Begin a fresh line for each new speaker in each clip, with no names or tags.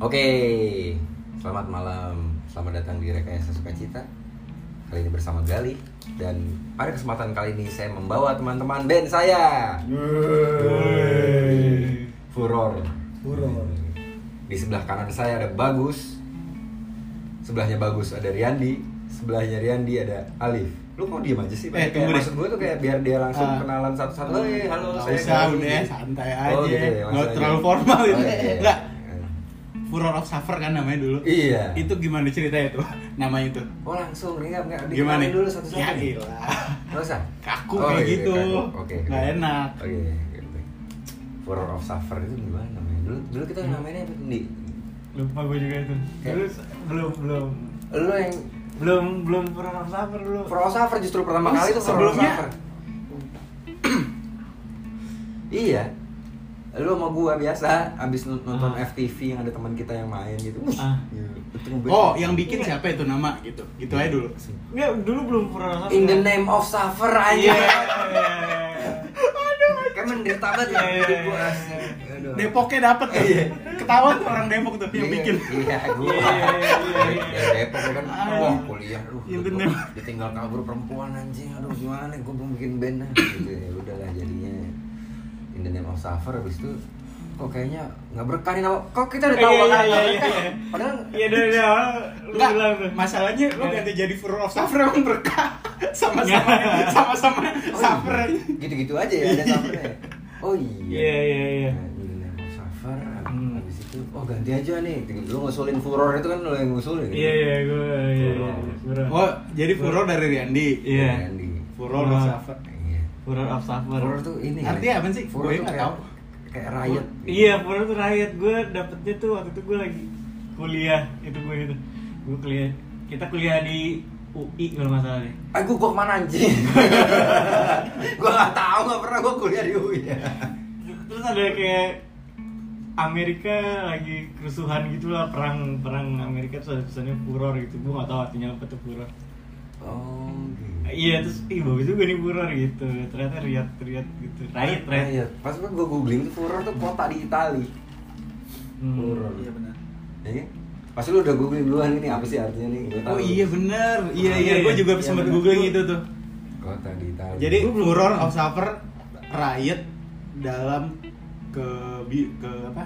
Oke, selamat malam, selamat datang di Rekayasa Sukacita Kali ini bersama Gali Dan pada kesempatan kali ini saya membawa teman-teman band saya Furor
Furor.
Di sebelah kanan saya ada Bagus Sebelahnya Bagus ada Riyandi Sebelahnya Riyandi ada Alif Lu kok diem aja sih?
Eh,
Kayak
tunggu deh.
Maksud gue tuh kayak biar dia langsung
Ah.
kenalan satu-satu Halo, eh, halo,
Nggak
saya
usah,
Gali."
udah, santai
Oh,
aja.
gitu ya,
Nggak
langsung
terlalu
aja.
formal
Oh,
itu.
iya, iya.
Nggak. Furor of Suffer kan namanya dulu.
Iya
Itu gimana ceritanya tuh? Namanya itu.
Oh langsung, enggak, enggak
Gimana?
dikenalin dulu satu-satu
Ya
nih.
gila.
Nggak usah?
Kaku kayak
iya,
gitu.
kaku. Oke
Nggak enak.
Oke, gitu. Horror of Suffer itu gimana namanya? Dulu, dulu kita
Hmm.
namanya apa Di?
Lupa gue juga itu. Dulu s- belum belum
Lu yang
belum belum pernah sabar dulu.
Horror of Suffer justru pertama
Oh,
kali itu Horror of
sebelumnya?
Suffer Iya Lu sama gua biasa abis n- nonton
Ah.
FTV yang ada teman kita yang main gitu
Ah.
Itu ngeband.
Oh, yang bikin siapa itu nama gitu. Gitu aja dulu.
Enggak, dulu belum pernah Iya. sabar.
In the name of suffer aja
Iya.
Kan menderita banget ya
Iya, iya,
hidup gua
iya.
rasanya. Aduh.
Depoknya dapet tuh.
Iya.
Ketahuan tuh orang Depok tuh yang
Iya,
bikin.
iya gue
Iya, iya, iya, iya.
dari Depok gua kan
Ah,
wah
iya.
kuliah aduh
Iya,
gua-
bener.
gua ditinggal kabur perempuan anjing aduh gimana gue belum bikin band ah. gitu ya udahlah jadinya in the name of suffer abis itu kok kayaknya nggak berkah nih nama kok kita udah tahu
Iya,
bakal
iya,
nggak
iya,
berkah
iya.
padahal
Iya dari dari awal lu
Enggak,
bilang tuh.
masalahnya lu
Iya.
ganti jadi Furor of Suffer emang berkah. Sama-sama sama-sama
oh,
suffer.
gitu-gitu aja ya ada suffernya oh iya
Iya, iya, iya.
Nah, in the name of suffer
Hmm.
abis itu oh ganti aja nih lu ngusulin furor itu kan lu yang ngusulin
Iya iya gue iya iya. Furor.
Oh, jadi Furor dari Riyandi.
Iya.
Riyandi.
Furor of Suffer.
Iya.
Furor of Suffer.
Furor tuh ini.
Artinya apa sih?
Furor
Gue
tuh
nggak
kayak-
tahu.
Kayak riot. gitu.
Iya, furor tuh rakyat gue dapetnya tuh waktu itu gue lagi kuliah itu gue itu. Gue kuliah kita kuliah di UI kalau nggak salah deh.
Eh gue gua kemana anjing? gue gak tahu gak pernah gue kuliah di ya. UI.
terus ada kayak Amerika lagi kerusuhan gitulah perang perang Amerika terus ada pesannya furor gitu gue gak tahu artinya apa tuh furor
Oh.
iya terus ih bagus juga nih furor gitu ternyata riat riat gitu riot riot
Pas gue gue googling tuh furor tuh kota di Itali.
Hmm.
Furor.
Iya benar.
Ya kan? Pas lu udah googling duluan ini apa sih artinya nih? Gua tahu.
Oh iya bener, iya iya,
Iya,
gue
iya.
juga
Iya,
sempat
bener.
googling itu tuh.
Kota di Itali.
Jadi Furor of Suffer riot dalam ke bi- ke apa?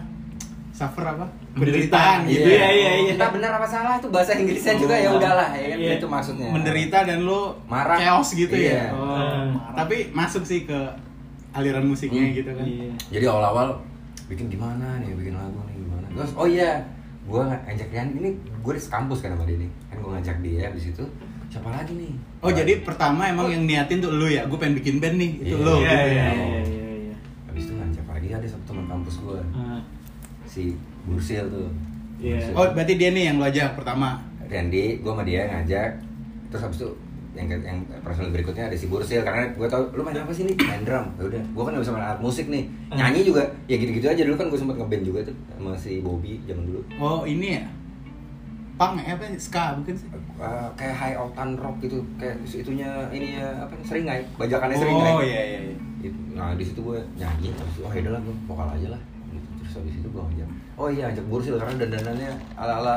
Suffer apa?
Penderitaan,
Penderitaan gitu
iya,
ya. Oh,
iya, iya.
Entah benar apa salah tuh bahasa Inggrisnya juga ya udahlah ya kan
Iya.
itu maksudnya.
Menderita dan lo
Marah.
chaos gitu
Iya.
ya.
Hmm. Marah.
Tapi masuk sih ke aliran musiknya
Hmm.
gitu kan.
iya
jadi awal-awal bikin gimana nih bikin lagu nih gimana terus oh iya gue ngajak Rian ini gue di kampus kan sama dia nih kan gue ngajak dia di situ siapa lagi nih
Oh jadi pertama emang yang niatin tuh lo ya, gue pengen bikin band nih, itu
Iya.
lo.
iya
gitu
iya
ya.
iya iya iya.
habis itu ngajak lagi ada satu teman kampus gue
Ah,
si Bursil tuh
Iya.
Bursil.
Oh berarti dia nih yang lo ajak pertama.
Randy, gue sama dia ngajak terus habis itu yang ke- yang personal berikutnya ada si Bursil karena gue tau lu main apa sih nih main drum ya udah gue kan gak bisa main alat musik nih
Hmm.
nyanyi juga ya gitu-gitu aja dulu kan gue sempet ngeband juga tuh sama si Bobby zaman dulu
Oh ini ya, pang eh, apa ska bukan sih?
Uh, kayak high octane rock gitu kayak itunya ini ya apa seringai bajakannya seringai
Oh iya iya. iya.
Gitu. nah di situ gue nyanyi terus oh ya lah gue vokal aja lah gitu. terus habis itu gue ngajak oh iya ajak bursil karena dandanannya ala ala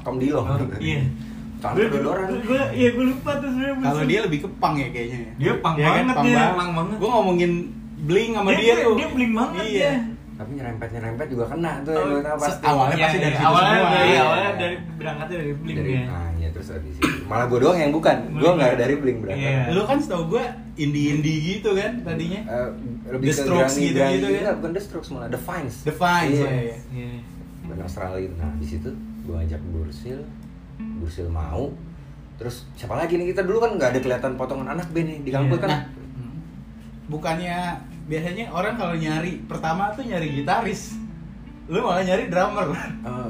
Tom Dillon
Oh, iya.
Tangan
Gua-
kedodoran.
gua iya gue lupa tuh sebenarnya
Kalau
musuh.
dia lebih ke pang ya kayaknya. ya?
Dia pang
Iya
banget dia, pang
Pang
banget.
banget. Gue ngomongin bling sama
Dia-
dia,
dia-
tuh.
dia bling banget
iya.
dia.
tapi nyerempet nyerempet juga kena tuh
Oh,
yang gue tahu pasti
awalnya
Iya,
pasti dari
iya.
situ
awalnya
semua.
dari
Iya.
awalnya dari berangkatnya dari Blink
dari
ya
nah, iya, terus habis itu malah gue doang yang bukan gue nggak
ya.
dari bling berangkat
Iya.
Lu kan setahu gue indie-indie gitu kan tadinya.
Eh, lebih
The
ke
Strokes
Granny-
gitu-gitu
Granny-
ya?
enggak, bukan The Strokes malah The Fines
The Fines,
Iya.
iya, iya.
Iya.
band Australia gitu. Nah di situ gue ajak Bursil, Bursil mau. Terus siapa lagi nih kita dulu kan nggak ada kelihatan potongan anak band nih di kampus
Iya.
kan.
Nah, bukannya biasanya orang kalau nyari pertama tuh nyari gitaris. Lu malah nyari
Oh,
drummer.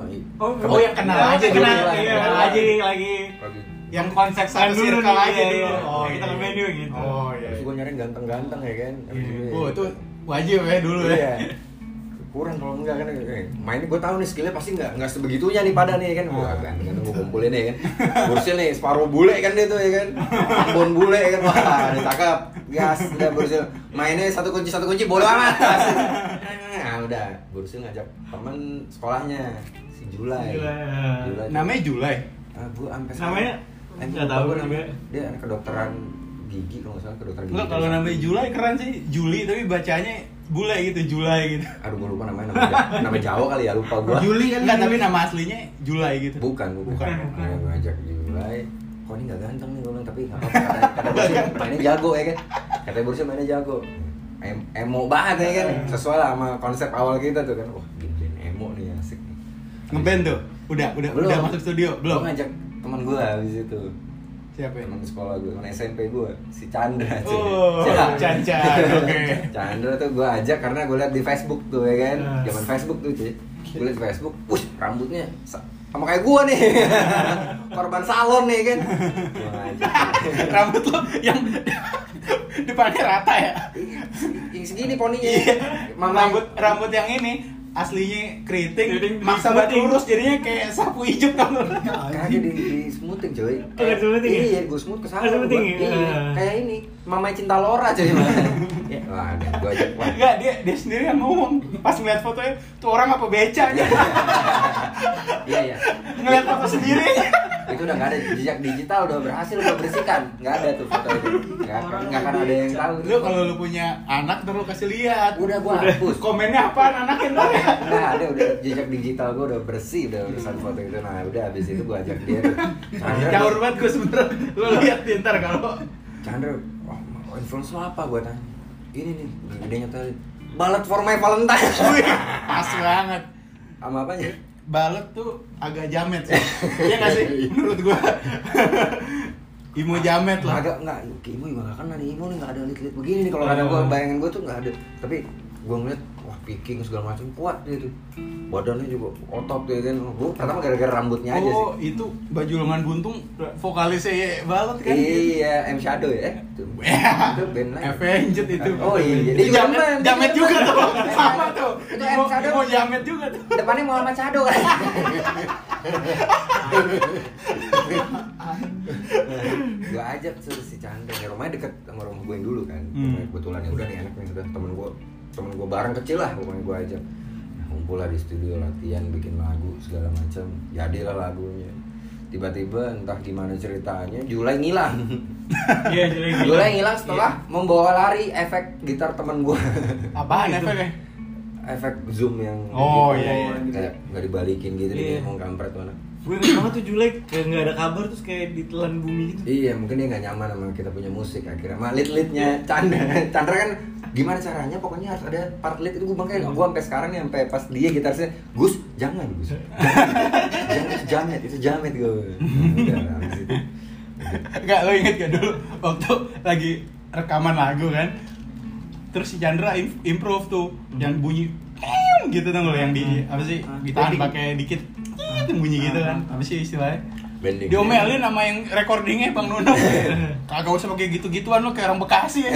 i-
Oh,
kebe-
oh, yang kenal
Kenal
aja
kenal,
dulu lah,
iya,
kenal
kenal aja
aja.
lagi.
Lagi-
Yang konsep satu
Dulu
circle
nih,
aja gitu.
iya,
dulu.
iya. Kita ke venue gitu.
Oh iya.
Terus gue nyari yang ganteng-ganteng ya kan. Habis
Iya.
itu-
Oh itu wajib ya dulu
Iya.
ya.
Kurang kalau enggak kan eh, mainnya gue tahu nih skillnya pasti nggak nggak sebegitunya nih pada nih kan. Wah
Iya.
kan kan gue kumpulin ya kan. Bursil nih separuh bule kan dia tuh ya kan. Ambon bule ya kan. Wah ditangkap. Gas udah Bursil. Mainnya satu kunci satu Ah, kunci bodo amat. Nah, udah Bursil ngajak temen sekolahnya si Julai.
Julai.
Julai.
Namanya Julai.
Ah, gua sampai
Namanya?
Eh,
Nggak
gua
tahu
lupa gua namanya.
juga.
Dia anak kedokteran gigi kalau nggak salah kedokteran gigi.
Enggak kalau namanya Julai keren sih. Juli tapi bacanya bule gitu, Julai gitu.
Aduh, gua lupa namanya. Nama, Ja- nama Jawa kali ya, lupa gua.
Juli kan enggak, tapi nama aslinya Julai gitu.
Bukan, bukan.
Bukan,
bukan.
Nah, gua ajak Julai. Kok ini nggak ganteng nih, gua bilang. Tapi nggak apa-apa. Kata, kata Bursi, mainnya jago ya kan. Kata Bursi mainnya jago. Em emo banget ya kan.
Iya.
Sesuai lah sama konsep awal kita tuh kan. Wah, gini emo nih asik. nih.
Ngeband tuh. Udah, udah,
Belum.
udah masuk studio, belum.
Gua ngajak teman gua habis itu.
Siapa ya?
Teman sekolah gua, teman SMP gua, si Chandra cuy.
Oh, Caca, oke.
Chandra tuh gua ajak karena gua liat di Facebook tuh ya kan.
Ah.
Yes.
Zaman Facebook tuh, cuy. Gua liat di Facebook, wush, rambutnya sa- sama kayak gua nih. Korban salon nih kan. Gua ngajak.
Rambut lo yang depannya rata ya. Iya.
Yang segini poninya. Iya. Mama
Rambut rambut yang ini aslinya
Keriting,
keriting, maksa buat
keriting.
lurus jadinya kayak sapu hijau kan lo.
Kagak di, di smoothing coy
Oh, di smoothing ya?
Iya, gue smooth kesana
Oh, smoothing
gua.
ya?
Iya, kayak ini Mamai Cinta Lora coy Ya, Wah, gue ajak wah.
Enggak, dia dia sendiri yang ngomong. Pas ngeliat fotonya, tuh orang apa becanya?
Iya, iya
ngeliat foto sendiri.
itu udah nggak ada jejak digital udah berhasil udah bersihkan nggak ada tuh foto itu nggak akan nggak akan ada yang tahu
Lu kalau lu punya anak terus kasih lihat.
udah gua hapus
Komennya apaan anaknya ntar ya?
nggak ada udah jejak digital gua udah bersih udah urusan foto itu nah udah habis itu gua ajak dia tuh. Chandra
Caur banget gue sebenernya Lu lihat deh ntar kalau
Chandra wah oh, influence lu apa gua tanya ini nih gedenya tadi balet for my Valentine
Pas banget
sama apanya
Balet tuh agak jamet sih Iya gak sih? Menurut gue Imo jamet lah
Agak enggak, ibu juga enggak kena nih, ibu nih enggak ada lilit begini nih kalau ada gua bayangan gua tuh enggak ada. Tapi gua ngeliat wah picking segala macam kuat dia tuh. Badannya juga otot dia kan. Gua pertama gara-gara rambutnya aja sih.
Oh itu baju lengan buntung vokalisnya Balet kan?
Iya, M Shadow ya. Itu, itu band lain.
Avenged itu
Oh iya, dia
Itu
juga
jamet,
jamet.
jamet juga tuh
Jamet.
Sama tuh
Iya. Itu
Imo,
M. Shadow.
Imo jamet juga tuh
Depannya Muhammad Shadow kan. gue ajak tuh si Chandra ya, rumahnya deket sama rumah gue yang dulu kan
Hmm.
Rumahnya kebetulan ya udah nih anak nih udah temen gue temen gue bareng kecil lah pokoknya gue ajak Nah, kumpul lah di studio latihan bikin lagu segala macam jadilah lagunya tiba-tiba entah gimana ceritanya Julai ngilang
Iya, jadi
Julai ngilang setelah membawa lari efek gitar temen gue
Apaan E?
Itu.
efeknya?
efek zoom yang gitu.
Oh, iya, iya.
kayak nggak dibalikin gitu dia
Iya.
ngomong kampret mana
Gue inget banget tuh Julai kayak nggak ada kabar terus kayak ditelan bumi gitu.
Iya, mungkin dia nggak nyaman sama kita punya musik akhirnya. Mak lead-leadnya Chandra. Chandra kan gimana caranya pokoknya harus ada part lead itu gue bangkai. Gue sampai sekarang nih sampai pas dia gitarisnya, Gus, jangan Gus. jangan itu jamet, itu jamet gue. Udah, habis itu.
Enggak, lo inget gak dulu waktu lagi rekaman lagu kan? Terus si Chandra im- improve tuh yang bunyi "Ting" gitu dong lo yang di apa sih ditahan pakai dikit "Ting" bunyi gitu kan apa sih istilahnya
Bending.
diomelin sama yang recordingnya bang Nuno kagak usah pakai gitu-gituan lo kayak orang Bekasi ya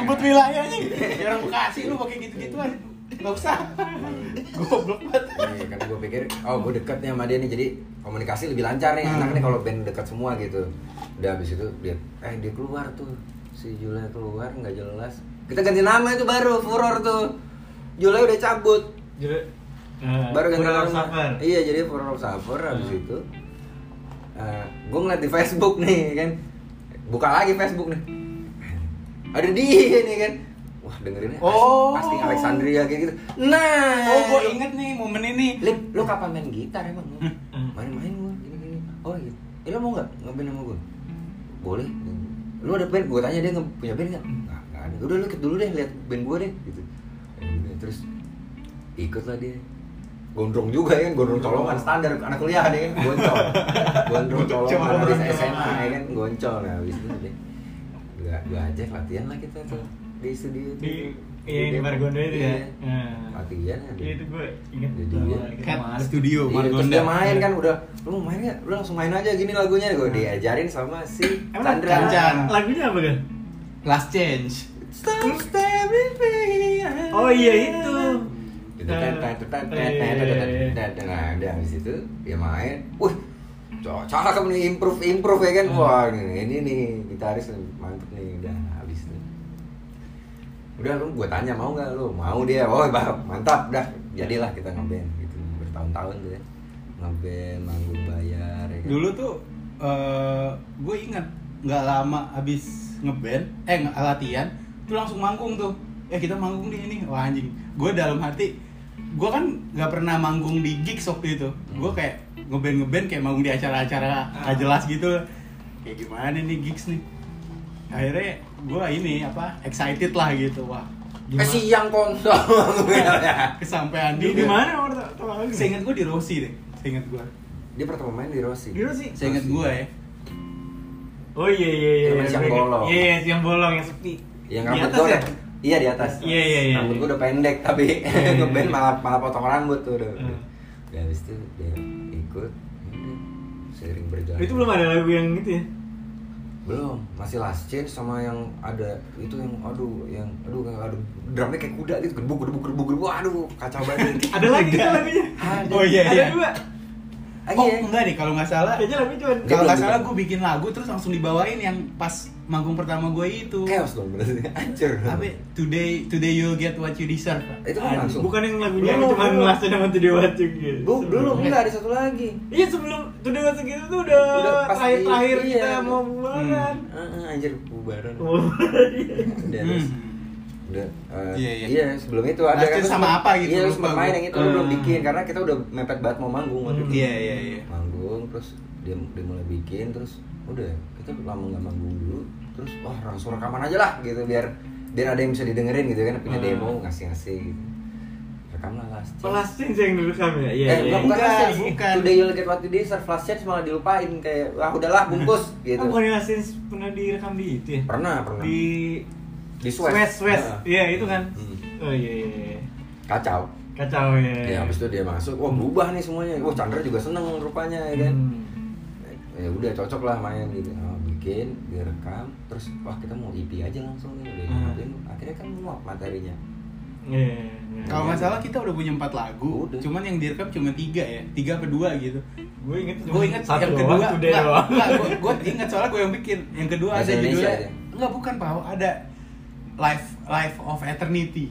nyebut wilayahnya kayak orang Bekasi lo pakai gitu-gituan nggak usah Hmm. goblok banget
Iya, kan gue pikir, oh gue deket nih sama dia nih, jadi komunikasi lebih lancar nih, enak
Hmm.
nih kalau band dekat semua gitu. Udah habis itu lihat, eh dia keluar tuh, si Julai keluar nggak jelas. Kita ganti nama itu baru, furor tuh. Julai udah cabut,
Iya.
Julai
Eh,
baru ganti
Eh, Kurang
nama.
sabar.
Iya, jadi furor Safer habis
Hmm.
itu. gue ngeliat di Facebook nih kan, buka lagi Facebook nih, ada dia nih kan. Wah dengerinnya,
Oh.
pasti Alexandria kayak gitu. Nah,
oh gue inget nih momen ini
Lip, lu kapan main gitar emang? Main-main gua, gini-gini Oh iya, eh, lu mau gak ngeband sama gua? Boleh Lu ada band? Gua tanya dia nge- punya band gak? Nggak, nggak ada Udah lu ikut dulu deh, lihat band gua deh gitu Udah, Terus ikut lah dia Gondrong juga ya kan, gondrong colongan standar anak kuliah deh kan, goncol Gondrong colongan
Gondrong
habis SMA
colongan.
ya kan, goncol Nah habis itu deh Gua, gua ajak latihan lah kita tuh di studio tuh.
Di- iya, di
Depok.
Margonda itu ya?
Iya.
Nah.
Latihan ada.
Iya itu gue inget
Jadi
banget.
ya.
Kita
Cat
malas.
Studio
Iya, terus
Margonda
dia main kan udah lu mau main gak? lu langsung main aja gini lagunya gue diajarin sama si
Emang
Chandra
Chandra.
Lagunya apa kan?
last change
Stop staring me.
Oh iya itu.
Gitu, tet, tet, tet, tet,
Iya,
tet,
iya,
tet, tet,
iya.
tet, tet. nah dia habis itu dia main wih cocok cakep nih kan, improve improve ya kan
Hmm.
wah ini ini nih gitaris nih, mantep nih udah habis tuh udah lu gue tanya mau nggak lu mau dia oh bah, mantap dah jadilah kita ngeband gitu bertahan bertahun-tahun tuh ya ngeband manggung bayar ya kan?
Dulu tuh eh gue ingat nggak lama habis ngeband, eh nggak latihan, tuh langsung manggung tuh. Eh kita manggung di ini, wah anjing. Gue dalam hati, gue kan nggak pernah manggung di gigs waktu itu. Gue
Hmm.
kayak ngeband ngeband kayak manggung di acara-acara
Ah.
nggak jelas gitu. Kayak gimana nih gigs nih? Akhirnya gue ini apa excited lah gitu wah.
eh
gimana?
siang konsol
Kesampaian
Di, di
juga.
mana nomor to- tolak lagi?
Seingat gue di Rossi deh, seingat gue.
dia pertama main di Rossi
Di Rossi?
Seingat gue ya.
Oh iya iya iya.
Yang siang
Mereka-
bolong.
Iya iya siang bolong yang sepi.
yang rambut
Di atas
gue
ya?
udah iya di atas
Iya, iya, iya.
rambut gue udah pendek tapi
iya,
ngeband
iya.
malah malah potong rambut tuh udah
Hmm.
udah habis itu dia ikut ya udah, sering berjalan
Itu belum ada lagu yang gitu ya?
belum masih last change sama yang ada itu yang aduh yang aduh yang aduh drumnya kayak kuda gitu gerbuk gerbuk gerbuk gerbuk aduh kacau banget
Ada lagi kan lagunya?
Ada.
Oh iya iya.
Ada dua.
lagi
Oh
ya
enggak nih kalau nggak salah.
Kayaknya lagunya cuma
Dia
Kalau
belum
nggak salah
bikin.
gue bikin lagu terus langsung dibawain yang pas manggung pertama gue itu.
chaos dong berarti hancur
Apa? Today Today you'll get what you deserve.
Itu kan
Anjing.
langsung.
Bukan yang lagunya
Belum,
cuma
belum.
ngelasa sama Tudewa Watchung gitu.
Bu, belum enggak ada satu lagi
Iya sebelum Tudewa Watchung itu tuh udah,
Udah pas di-
terakhir-terakhir
iya,
kita
udah.
mau bubaran.
Ah, ah, anjir bubaran
Oh,
udah
Hmm.
terus udah eh,
Iya, iya.
sebelum itu ada
Last Chance sama
sempet-
apa gitu,
iya lu
lupa
sempet
gua.
main yang itu lu belum
Hmm.
bikin karena kita udah mepet banget mau manggung waktu itu
Iya iya iya.
manggung terus dia, dia mulai bikin terus udah kita lama nggak manggung dulu terus wah langsung rekaman aja lah gitu biar biar ada yang bisa didengerin gitu kan punya
Hmm.
demo ngasih ngasih gitu rekam lah last Chance.
Pelas Change yang direkam ya?
eh,
Iya iya.
bukan, bukan
Enggak,
last chance,
bukan.
Today you'll get what you deserve, last chance malah dilupain kayak, wah udahlah bungkus gitu
Ah, bukan yang Last Change pernah direkam di itu ya?
Pernah, pernah
Di
Di Suez.
Suez, Suez.
Nah.
Iya itu kan.
Hmm.
Oh iya iya. iya.
Kacau
Kacau ya.
Iya.
Ya, habis itu dia masuk, wah berubah nih semuanya. Wah, Chandra juga seneng rupanya ya kan.
Hmm.
Ya udah cocok lah main gitu. Nah, bikin, direkam, terus wah kita mau EP aja langsung nih udah
Hmm.
diapain. Akhirnya kan muat materinya.
Iya. iya, iya.
Kalau nggak salah kita udah punya empat lagu,
Udah.
cuman yang direkam cuma tiga ya, tiga apa dua gitu.
gue inget
Gue inget
satu
yang
doang,
kedua,
tuh dia doang.
gue inget soalnya gue yang bikin. Yang kedua
Bahasa
ada
Indonesia
judulnya,
aja.
enggak bukan pak, ada Life Life of Eternity.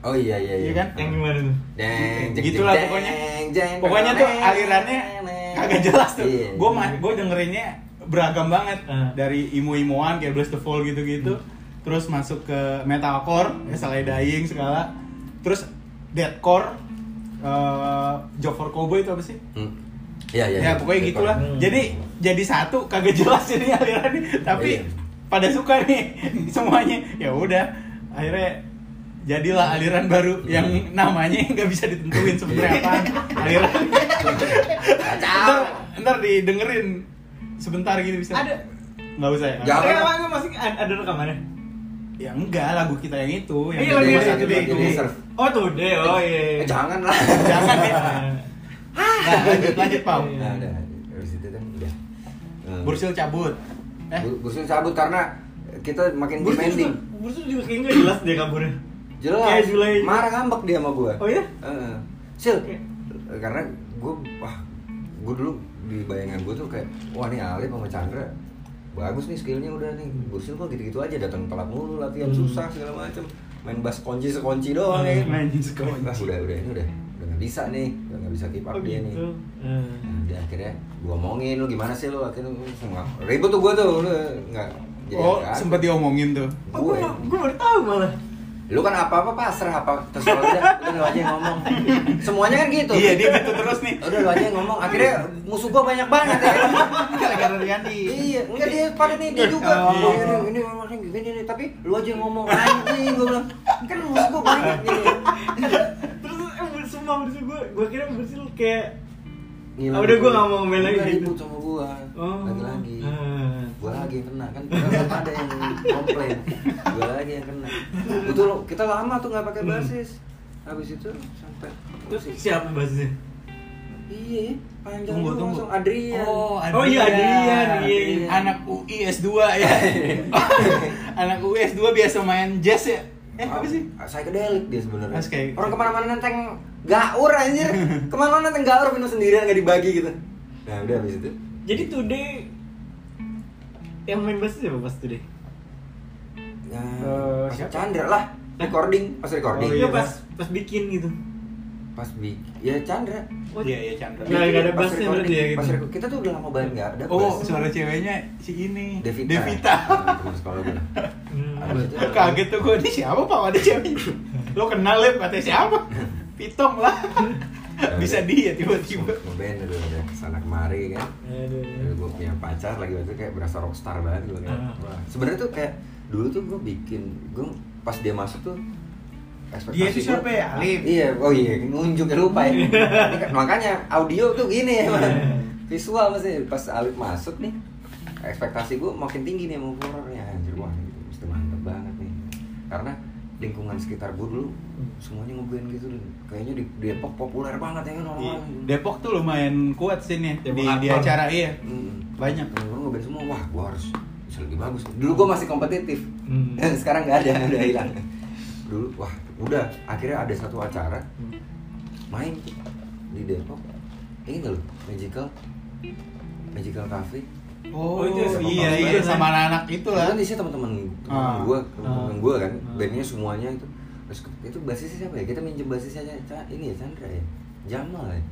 Oh iya iya iya.
Iya kan?
yang gimana tuh
Deng, jeng,
Gitulah
jeng,
pokoknya.
jeng, jeng,
Pokoknya tuh
jeng,
alirannya
jeng,
kagak jelas tuh.
Iya.
Gue gue dengerinnya beragam banget
Ah.
dari imu-imuan kayak Bless the Fall gitu-gitu,
Hmm.
terus masuk ke metalcore, ya Sally Dying segala, terus deathcore, eh Job for Cowboy itu apa sih?
Hmm. Iya iya.
ya pokoknya gitulah.
Hmm.
Jadi jadi satu kagak jelas ini alirannya, tapi
Iya.
pada suka nih semuanya. Ya udah, akhirnya jadilah aliran baru yang namanya nggak bisa ditentuin sebenarnya apa aliran.
Kacau.
ntar, ntar didengerin sebentar gitu bisa.
Ada.
Nggak usah ya.
Jangan.
Tapi emang masih ada ada rekamannya
Ya enggak lagu kita yang itu. Yang
Iya
lagi
lagi
Oh, yang
satu
kedua,
satu
deh
deh.
itu
Nah,
Reserve.
oh tuh deh oh iya
Eh, Jangan lah.
Jangan ya. Nah,
Ah.
lanjut lanjut Pau.
Iya.
Nah, udah. Habis itu kan udah. Eh,
Bursil cabut. Eh,
Bu- Bursun cabut karena kita makin
Bursu
demanding.
juga- Bursu juga kayaknya nggak jelas deh kaburnya
Jelas.
Kayak Julai.
Marah ngambek dia sama gua.
Oh iya?
Heeh. Sil.
Oke.
Karena gua wah, gua dulu di bayangan gua tuh kayak wah nih Alif sama Chandra bagus nih skillnya udah nih Bursil kok gitu-gitu aja datang telat mulu latihan
Hmm.
susah segala macem main bass kunci sekunci doang ya
Main
sekunci.
Wah, udah udah ini udah udah nggak bisa nih udah nggak bisa keep up
oh
dia nih
gitu Eh.
Nah, dia akhirnya gua omongin lu gimana sih lu akhirnya lu semua ribut tuh gua tuh lu nggak jadi
oh
nggak-
sempat diomongin tuh.
oh gue
Gue.
gue baru tahu malah
lu kan apa apa pasrah apa terserah udah udah lu aja yang ngomong semuanya kan gitu
Iya dia gitu terus nih.
udah lu aja yang ngomong akhirnya musuh gua banyak banget ya kan?
Gara-gara Rianti.
iya enggak dia pada nih dia juga
Oh.
Iya, ini ini ngomong gini nih tapi lu aja yang ngomong anjing gua bilang kan musuh gua banyak gini
terus eh Bursu- sumpah Bursu gue gue kira Bursu kayak
Gila,
Ah, udah, gua nggak mau ngomel lagi
Gua
gitu.
ribut sama gua
Oh.
lagi-lagi
Ah.
gua lagi yang kena kan padahal belum ada yang komplain gua lagi yang kena itu lo kita lama tuh nggak pakai basis habis itu sampai
Hmm. terus siapa bahasnya
Iya, panjang
Tunggu,
dulu
tunggu.
langsung Adrian.
Oh,
Oh,
Adrian.
iya, Adrian, iya,
iya.
Anak UI S2 ya. Anak UI S2 biasa main jazz ya. Eh, apa sih?
Psychedelic dia sebenarnya.
Ah, psychedelic.
Orang kemana-mana nenteng gaur anjir. kemana-mana nenteng gaur minum sendirian gak dibagi gitu. Nah udah habis itu.
jadi today yang main bass siapa bass today
Nah,
Eh,
pas
siapa? Oh, iya,
Chandra lah. Recording, pas recording.
Oh, iya, pas pas bikin gitu.
Pas pas bi ya Chandra
Iya, iya Chandra.
Nah, nggak ada
Pas
bassnya
recording-
berarti ya gitu.
pas record- kita tuh udah lama banget nggak ada
Oh,
bass.
suara ceweknya si ini.
Devita Nah, teman sekolah gue.
Hmm.
Abis
Iya.
itu-
Kaget tuh gue, ini siapa Pak? Ada cewek. Lo kenal Lip, katanya siapa? Pitom lah. Bisa dia tiba-tiba.
ngeband udah udah kesana kemari kan Lalu gue punya pacar lagi waktu itu kayak berasa rockstar banget gue kan
Ah.
Wah, sebenarnya tuh kayak dulu tuh gue bikin gue pas dia masuk tuh
Dia itu siapa ya? Alif?
Iya, oh iya, ngunjuk ya, lupa ya. Ini kan- Makanya audio tuh gini ya, Man.
Iya.
visual mesti pas Alif masuk nih, ekspektasi gue makin tinggi nih mau horornya anjir wah gitu, mesti mantep banget nih. Karena lingkungan sekitar gue dulu
Hmm.
semuanya ngeband gitu, dan kayaknya di Depok populer banget ya kan
Iya.
orang-orang.
Depok tuh lumayan kuat sih nih di,
Iya. Depok
di
Akbar.
acara iya.
Mm.
Banyak.
Orang ngeband semua, wah gue harus bisa lebih bagus. Dulu gue masih kompetitif,
Hmm.
sekarang nggak ada, udah hilang. Dulu, wah udah akhirnya ada satu acara main tuh di Depok. Ini nggak lu magical, magical cafe.
Oh, itu sama
iya
Mas
iya
Bayu,
sama
kan?
anak itu lah.
kan isinya teman-teman teman
Ah.
gue, teman-teman
Ah.
gue kan,
Ah.
bandnya semuanya itu. Terus ke- itu basisnya siapa ya? Kita minjem basisnya aja, Ca- ini ya Chandra ya, Jamal ya.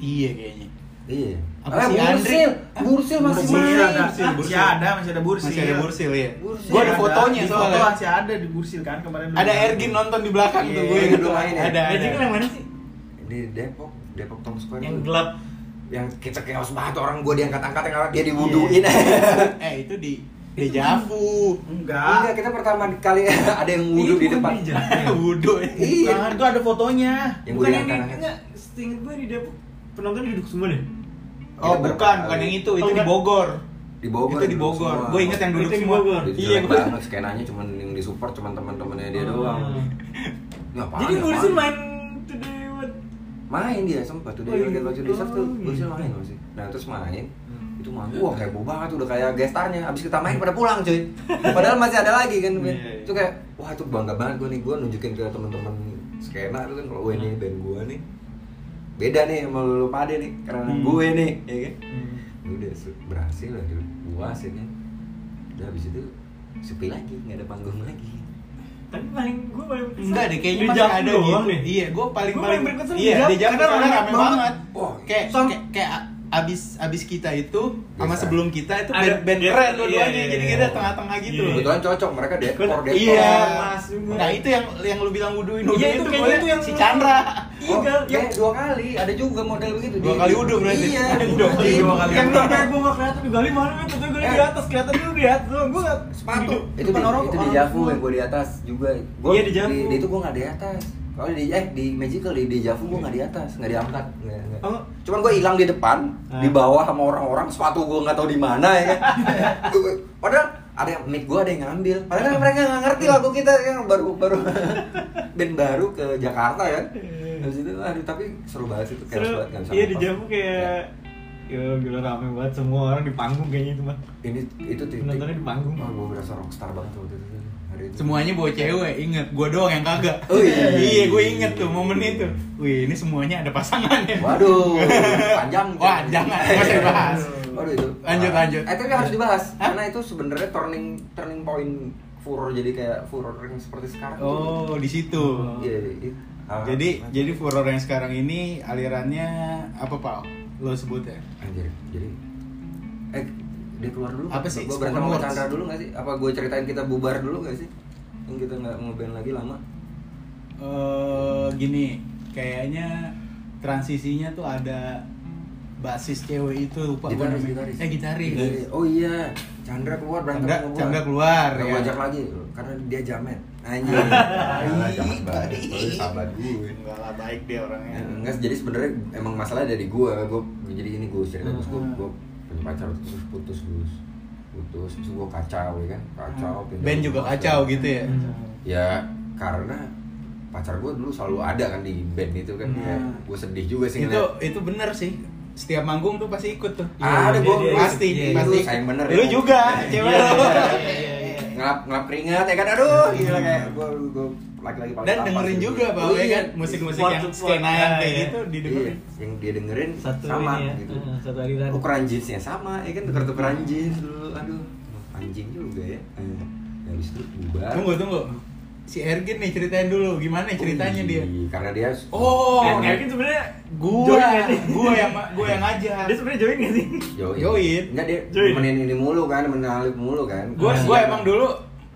Iya kayaknya.
Iya.
Apa
Ah,
si Andri?
Bursil, Bursil masih
Bursil
main.
ada.
Ah,
Bursil.
masih ada, masih ada bursil.
Masih ada bursil
iya.
ya.
Bursil.
Gue ada fotonya
Di
soalnya.
Foto masih ada di bursil kan kemarin. belum
Ada
ada.
Ergin nonton di belakang tuh
Iya,
gue
iya,
gitu.
belum main ya?
Ada ada.
Magical yang mana sih?
di Depok Depok Town Square
Yang
tuh.
gelap.
yang kita chaos banget orang gua diangkat-angkat yang
Iya.
dia dibuduin
Eh itu di Dejavu.
Enggak.
enggak kita pertama kali ada yang wudhu di depan
Wudu.
Iya.
Bukan, itu ada fotonya.
yang gua
Bukan yang
diangkat-angkat
enggak, setingkat gue di Depok penonton duduk semua deh.
Kita
Oh bukan,
berapa
bukan yang
kali?
itu, itu
Oh,
di
bukan.
Bogor.
di Bogor
itu di Bogor.
semua.
Gue inget yang duduk
Itu di
semua.
Bogor.
Iya,
Jelek
gue.
banget skenanya cuman yang disupport cuman teman-temannya dia doang
Ah.
Ini ya, apaan,
Jadi
ini
Bursil
apaan?
main today what?
main dia sempat tuh
Oh,
dia
iya.
joget lucu desa tuh
Oh, iya.
Bursil main masih nah terus main
Hmm.
itu main wah heboh banget udah kayak gestarnya abis kita main pada pulang cuy padahal masih ada lagi kan
Iya, iya.
itu kayak wah itu bangga banget gue nih gue nunjukin ke teman-teman skena itu kan kalau
Hmm.
gue nih band gue nih beda nih sama lu lu pada nih karena
Hmm.
gue nih ya kan
Hmm.
udah su- berhasil lah dulu puas ya kan udah abis itu sepi lagi nggak ada panggung lagi
Tapi paling gue paling berkesan.
Enggak deh, kayaknya
Di
masih
Javu
ada
doang
gitu.
deh.
Iya, gue paling
Gua
paling
paling berkesan di
Iya,
Jav,
di Jav
karena
karena
rame
rame banget.
Wah,
Kayak
sam-
kayak- kayak a- abis abis kita itu sama
Biasa.
sebelum kita itu
Ada
band, band
gap,
keren
iya,
dua-duanya
iya,
jadi
iya.
kita tengah-tengah gitu.
Iya.
loh.
kebetulan cocok mereka depor depor
Iya.
Mas, juga.
Nah, itu yang yang lu bilang wuduin wuduin
Iya, itu
itu,
kayaknya
gue
itu yang
si Chandra.
Iya,
Oh,
Gal, yang
kayak dua kali, ada juga model begitu.
Dua
Di-
kali wudhu berarti.
Iya, ada
Dua kali,
wudhu.
dua kali.
Kan gue kayak gue gak kelihatan di Bali mana kan Katanya gue di
Eh.
atas kelihatan dulu di atas doang Gitu. Gue gak
Sepatu. Itu di,
orang-
itu di
orang
Javu
semua.
yang gue di atas juga. Gua,
Iya, di Javu.
Di, itu gue nggak di atas. Kalau di eh di Magical di, di Javu gue nggak di atas, nggak diangkat. Nggak- nggak.
Oh.
Cuman gue hilang di depan,
Ah.
di bawah sama orang-orang sepatu gue nggak tahu di mana ya. kan. Padahal ada yang mic gue ada yang ngambil. Padahal kan mereka nggak ngerti lagu kita yang baru baru band baru ke Jakarta kan. Habis itu aduh tapi seru banget sih itu
Iya. Seru.
chaos banget kan.
Iya di Javu kayak Ya gila rame banget semua orang di panggung kayaknya itu mah
Ya, ini itu titik
Penontonnya di panggung.
Wah, gue berasa rockstar banget waktu itu hari itu
Semuanya bawa cewek, inget. Gue doang yang kagak.
Oh, iya.
iya gue inget tuh momen itu. Wih, ini semuanya ada ya. pasangannya.
waduh panjang gitu.
Wah, jangan. Nggak usah dibahas.
waduh itu
Lanjut,
Wah.
lanjut.
eh tapi harus dibahas
Hah?
karena itu sebenarnya turning turning point furor jadi kayak furor yang seperti sekarang tuh.
Oh, di situ.
iya iya, iya Ah,
Jadi
ah.
jadi furor yang sekarang ini alirannya apa pak? Lo sebut ya?
anjir jadi eh dia keluar dulu
Apa sih?
gue berantem sama
Spoken
Chandra
words.
dulu gak sih apa gue ceritain kita bubar dulu gak sih yang kita nggak ngeband lagi lama
Eh gini, kayaknya transisinya tuh ada basis cewek itu
Gitaris,
pak. Gua namanya.
gitaris.
Eh gitaris.
Gitaris. Oh iya, Chandra keluar berantem
Chandra-
sama gua.
Chandra keluar,
Nggak
ya. Iya.
gua ajak lagi karena dia jamet. Anjir.
Alah, jamet banget. Lu
sahabat gue.
iya.
Iya,
Enggak lah baik dia orangnya.
Enggak, jadi sebenarnya emang masalah dari gue. Gue jadi ini gue cerita gue
Hmm.
gue gue punya pacar terus putus terus putus terus gue kacau ya kan kacau pindah
Band
rumah,
juga
segala
kacau gitu ya.
Hmm.
ya karena pacar gue dulu selalu ada kan di band itu kan
Hmm.
Kayak gue sedih juga sih
Itu
ngeliat.
itu benar sih. Setiap manggung tuh pasti ikut tuh.
Ah, ada
Iya,
gue
iya,
pasti
iya, iya.
pasti.
Lu sayang bener
Lu
ya.
juga, cewek
Iya,
lo.
iya, iya, iya.
ngelap ngelap keringat ya kan aduh gila kayak gue gue lagi-lagi paling
Dan
tapas
dengerin
gitu.
juga pak,
Oh,
ya
iya.
kan musik-musik
Support,
yang
support.
skena yang kayak
Ah, iya.
gitu
Iya,
didengerin.
yang dia dengerin
Satu
sama
ini ya,
gitu.
eh, satu aliran.
Ukuran jeansnya sama, ya kan tukar tukeran jeans dulu. Aduh, anjing juga ya. Eh, habis itu bubar.
Tunggu tunggu. si Ergin nih ceritain dulu gimana ya ceritanya dia.
Ih, Karena dia Iya,
Oh,
Dan Ergin sebenarnya
gua,
join gak sih?
gua yang gua yang ngajar.
Dia sebenarnya join gak sih?
join.
Join.
Enggak dia
Join.
nemenin ini mulu kan, nemenin Alif mulu kan.
Gua
Nah,
gua
iya.
emang dulu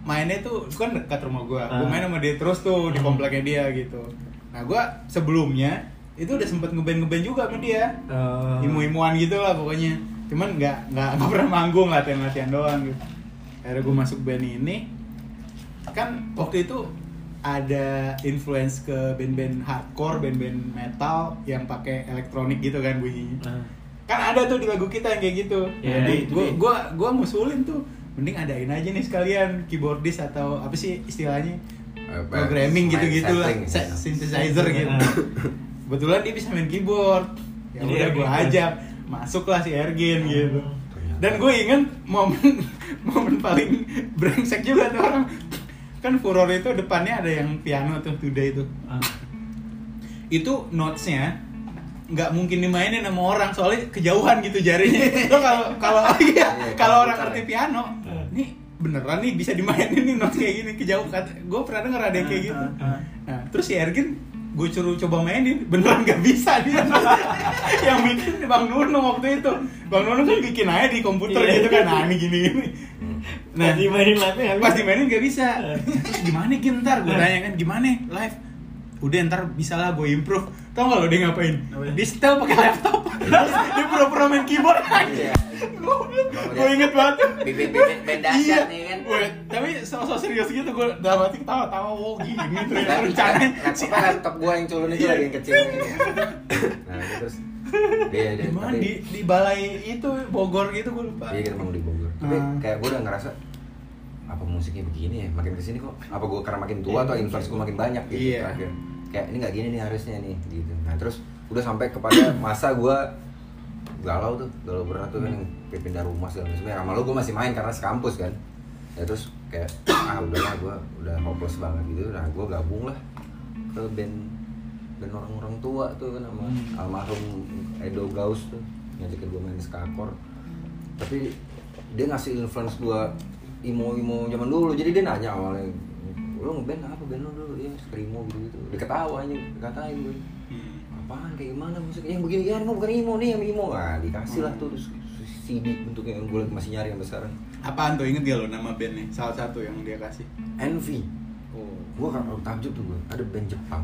mainnya tuh kan dekat rumah gua. Gua
Ah.
main sama dia terus tuh di
Hmm.
kompleknya dia gitu. Nah, gua sebelumnya itu udah sempet ngeband ngeband juga sama dia.
Eh,
Imu-imuan gitu lah pokoknya. Cuman nggak nggak nggak pernah manggung latihan-latihan doang gitu. Akhirnya gua masuk band ini kan waktu itu ada influence ke band-band hardcore, band-band metal yang pakai elektronik gitu kan bunyinya
eh,
kan ada tuh di lagu kita yang kayak gitu
Iya,
jadi
itu
gua
dia.
gua gua musulin tuh mending adain aja nih sekalian keyboardis atau apa sih istilahnya
Apa?
programming
Main ya.
gitu gitu lah
sampling.
Sa- synthesizer gitu
Nah.
kebetulan dia bisa main keyboard ya
Jadi
udah gua
Ergin.
ajak masuklah si
Oh,
Ergin gitu
Ternyata.
dan gue inget momen momen paling brengsek juga tuh orang kan furor itu depannya ada yang piano tuh today itu
eh.
itu notesnya nggak mungkin dimainin sama orang soalnya kejauhan gitu jarinya lo kalau kalau iya
Iya,
kalau
kalau
orang
putar
ngerti
ya.
piano
Hmm.
ini beneran nih bisa dimainin nih notes kayak gini kejauhan gue pernah denger ada yang kayak gitu
Iya.
nah terus si Ergin gue suruh coba mainin beneran nggak bisa dia yang bikin bang Nuno waktu itu bang Nuno kan bikin aja di komputer
Iya.
gitu kan nah ini gini gini
Nah, dimainin live nya
pas dimainin gak bisa Terus gimana Gin ntar gue tanya kan gimana live udah ntar bisa lah gue improve tau gak lo dia ngapain
Apa?
di setel pakai laptop dia pura-pura main keyboard
Iya.
gue inget banget tuh.
Bibit-bibit band dahsyat nih kan.
Weh, tapi sosok serius gitu gue dalam hati ketawa-tawa wow gini tuh ya
Iya.
rencananya
Laptop laptop gua yang culun itu lagi yang kecil. ini. Nah, itu terus dia dia
gimana
tapi-
di, di balai itu Bogor gitu gue lupa
Iya kita emang di Bogor. Tapi
Ah.
kayak gue udah ngerasa apa musiknya begini ya? Makin kesini kok apa gue karena makin tua atau influence gue makin banyak gitu
Iya.
terakhir. Kayak ini nggak gini nih harusnya nih gitu. Nah terus udah sampai kepada masa gue galau tuh, galau berat tuh kan yang pindah rumah segala macam. Ya, Sama lo gue masih main karena sekampus kan. Ya terus kayak ah udahlah gue udah hopeless banget gitu. Nah gue gabung lah ke band band orang-orang tua tuh kan sama almarhum Edo Gaus tuh ngajakin gue main skakor tapi dia ngasih influence gua imo imo zaman dulu jadi dia nanya awalnya lo ngeband apa band lo dulu ya screamo gitu gitu diketawain dikatain gue apaan kayak gimana musik yang begini ya mau bukan imo nih yang imo nah dikasih lah tuh terus CD bentuknya yang gue masih nyari sampai sekarang
apaan tuh inget gak lo nama bandnya salah satu yang dia kasih
Envy
oh
gue kalau takjub tuh gue ada band Jepang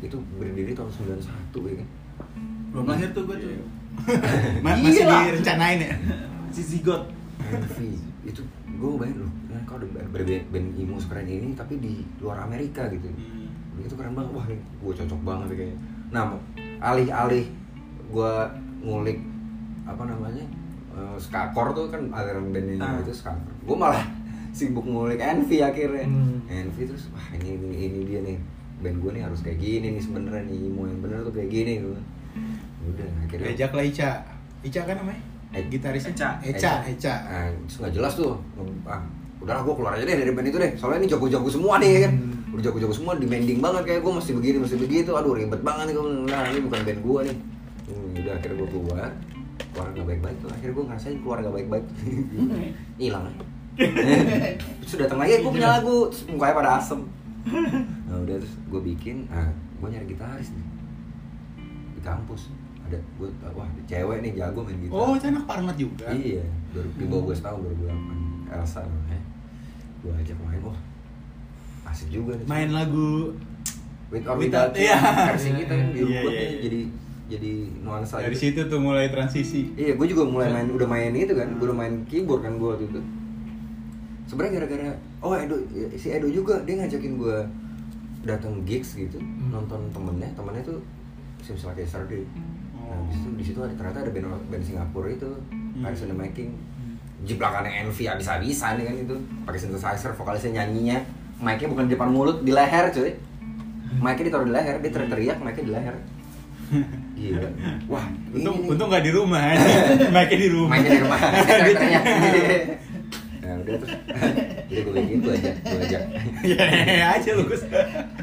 itu berdiri tahun 91 ya kan
Belum lahir tuh gue
Iya.
tuh.
Ma- masih
Gila.
direncanain ya
Si Zigot.
Envy itu gue bayangin loh nah, kau ada band, band- band emo sekeren ini tapi di luar Amerika gitu itu keren banget wah gue cocok banget nih kayaknya nah mo- alih-alih gue ngulik apa namanya eh, skakor tuh kan aliran band ini
Ah.
itu skakor gue malah sibuk ngulik envy akhirnya
Hmm.
envy terus wah ini ini, ini dia nih band gue nih harus kayak gini nih sebenernya nih mau yang bener tuh kayak gini gitu udah akhirnya
Ajak Eh, lah Ica. Ica kan namanya?
Iya. Eh,
Gitarisnya
Eca.
Eca, Eca.
Nah, terus nggak jelas tuh. Ah, udahlah gue keluar aja deh dari band itu deh. Soalnya ini jago-jago semua nih ya kan. Udah jago-jago semua, demanding banget kayak gue mesti begini, mesti begitu. Aduh ribet banget nih. Gua bilang, Nah, ini bukan band gue nih. Hmm, udah akhirnya gue keluar. Keluar nggak baik-baik tuh. Akhirnya gue ngerasain keluar nggak baik-baik. Hilang. Terus datang lagi, gue punya lagu. Terus mukanya pada asem. Nah udah terus gue bikin. Nah, gue nyari gitaris nih di kampus ada gue wah ada cewek nih jago main gitar
Oh, itu anak Parmat juga.
gitu. Iya, baru di
Hmm.
bawah gue setahun 2008 Elsa namanya. Gue ajak main, wah asik juga nih.
Main lagu
with or without,
Without- iya.
versi kita kan
Iya,
dirubah
iya,
nih,
iya.
jadi jadi nuansa.
dari
gitu.
situ tuh mulai transisi.
Iya, gue juga mulai main, udah main itu
Hmm.
kan, gue udah main keyboard kan gue waktu itu. Sebenarnya gara-gara, oh Edo, si Edo juga dia ngajakin gue datang gigs gitu,
Hmm.
nonton temennya, temennya tuh Simsalak Yesterday. Nah,
Oh.
habis itu di situ ada ternyata ada band, band Singapura itu,
Hmm.
Paris in the Making. Jiplakannya Envy abis-abisan ya kan itu, pakai synthesizer, vokalisnya nyanyinya, mic-nya bukan di depan mulut, di leher cuy. Mic-nya ditaruh di leher, dia teriak, mic-nya di leher. Gila. Wah, ini
Untung
nih
untung nggak di rumah. Mainnya di rumah. Gitu.
mainnya di rumah karakternya nah udah terus jadi gue bikin gue ajak gue ajak
Ya aja lu, Gus.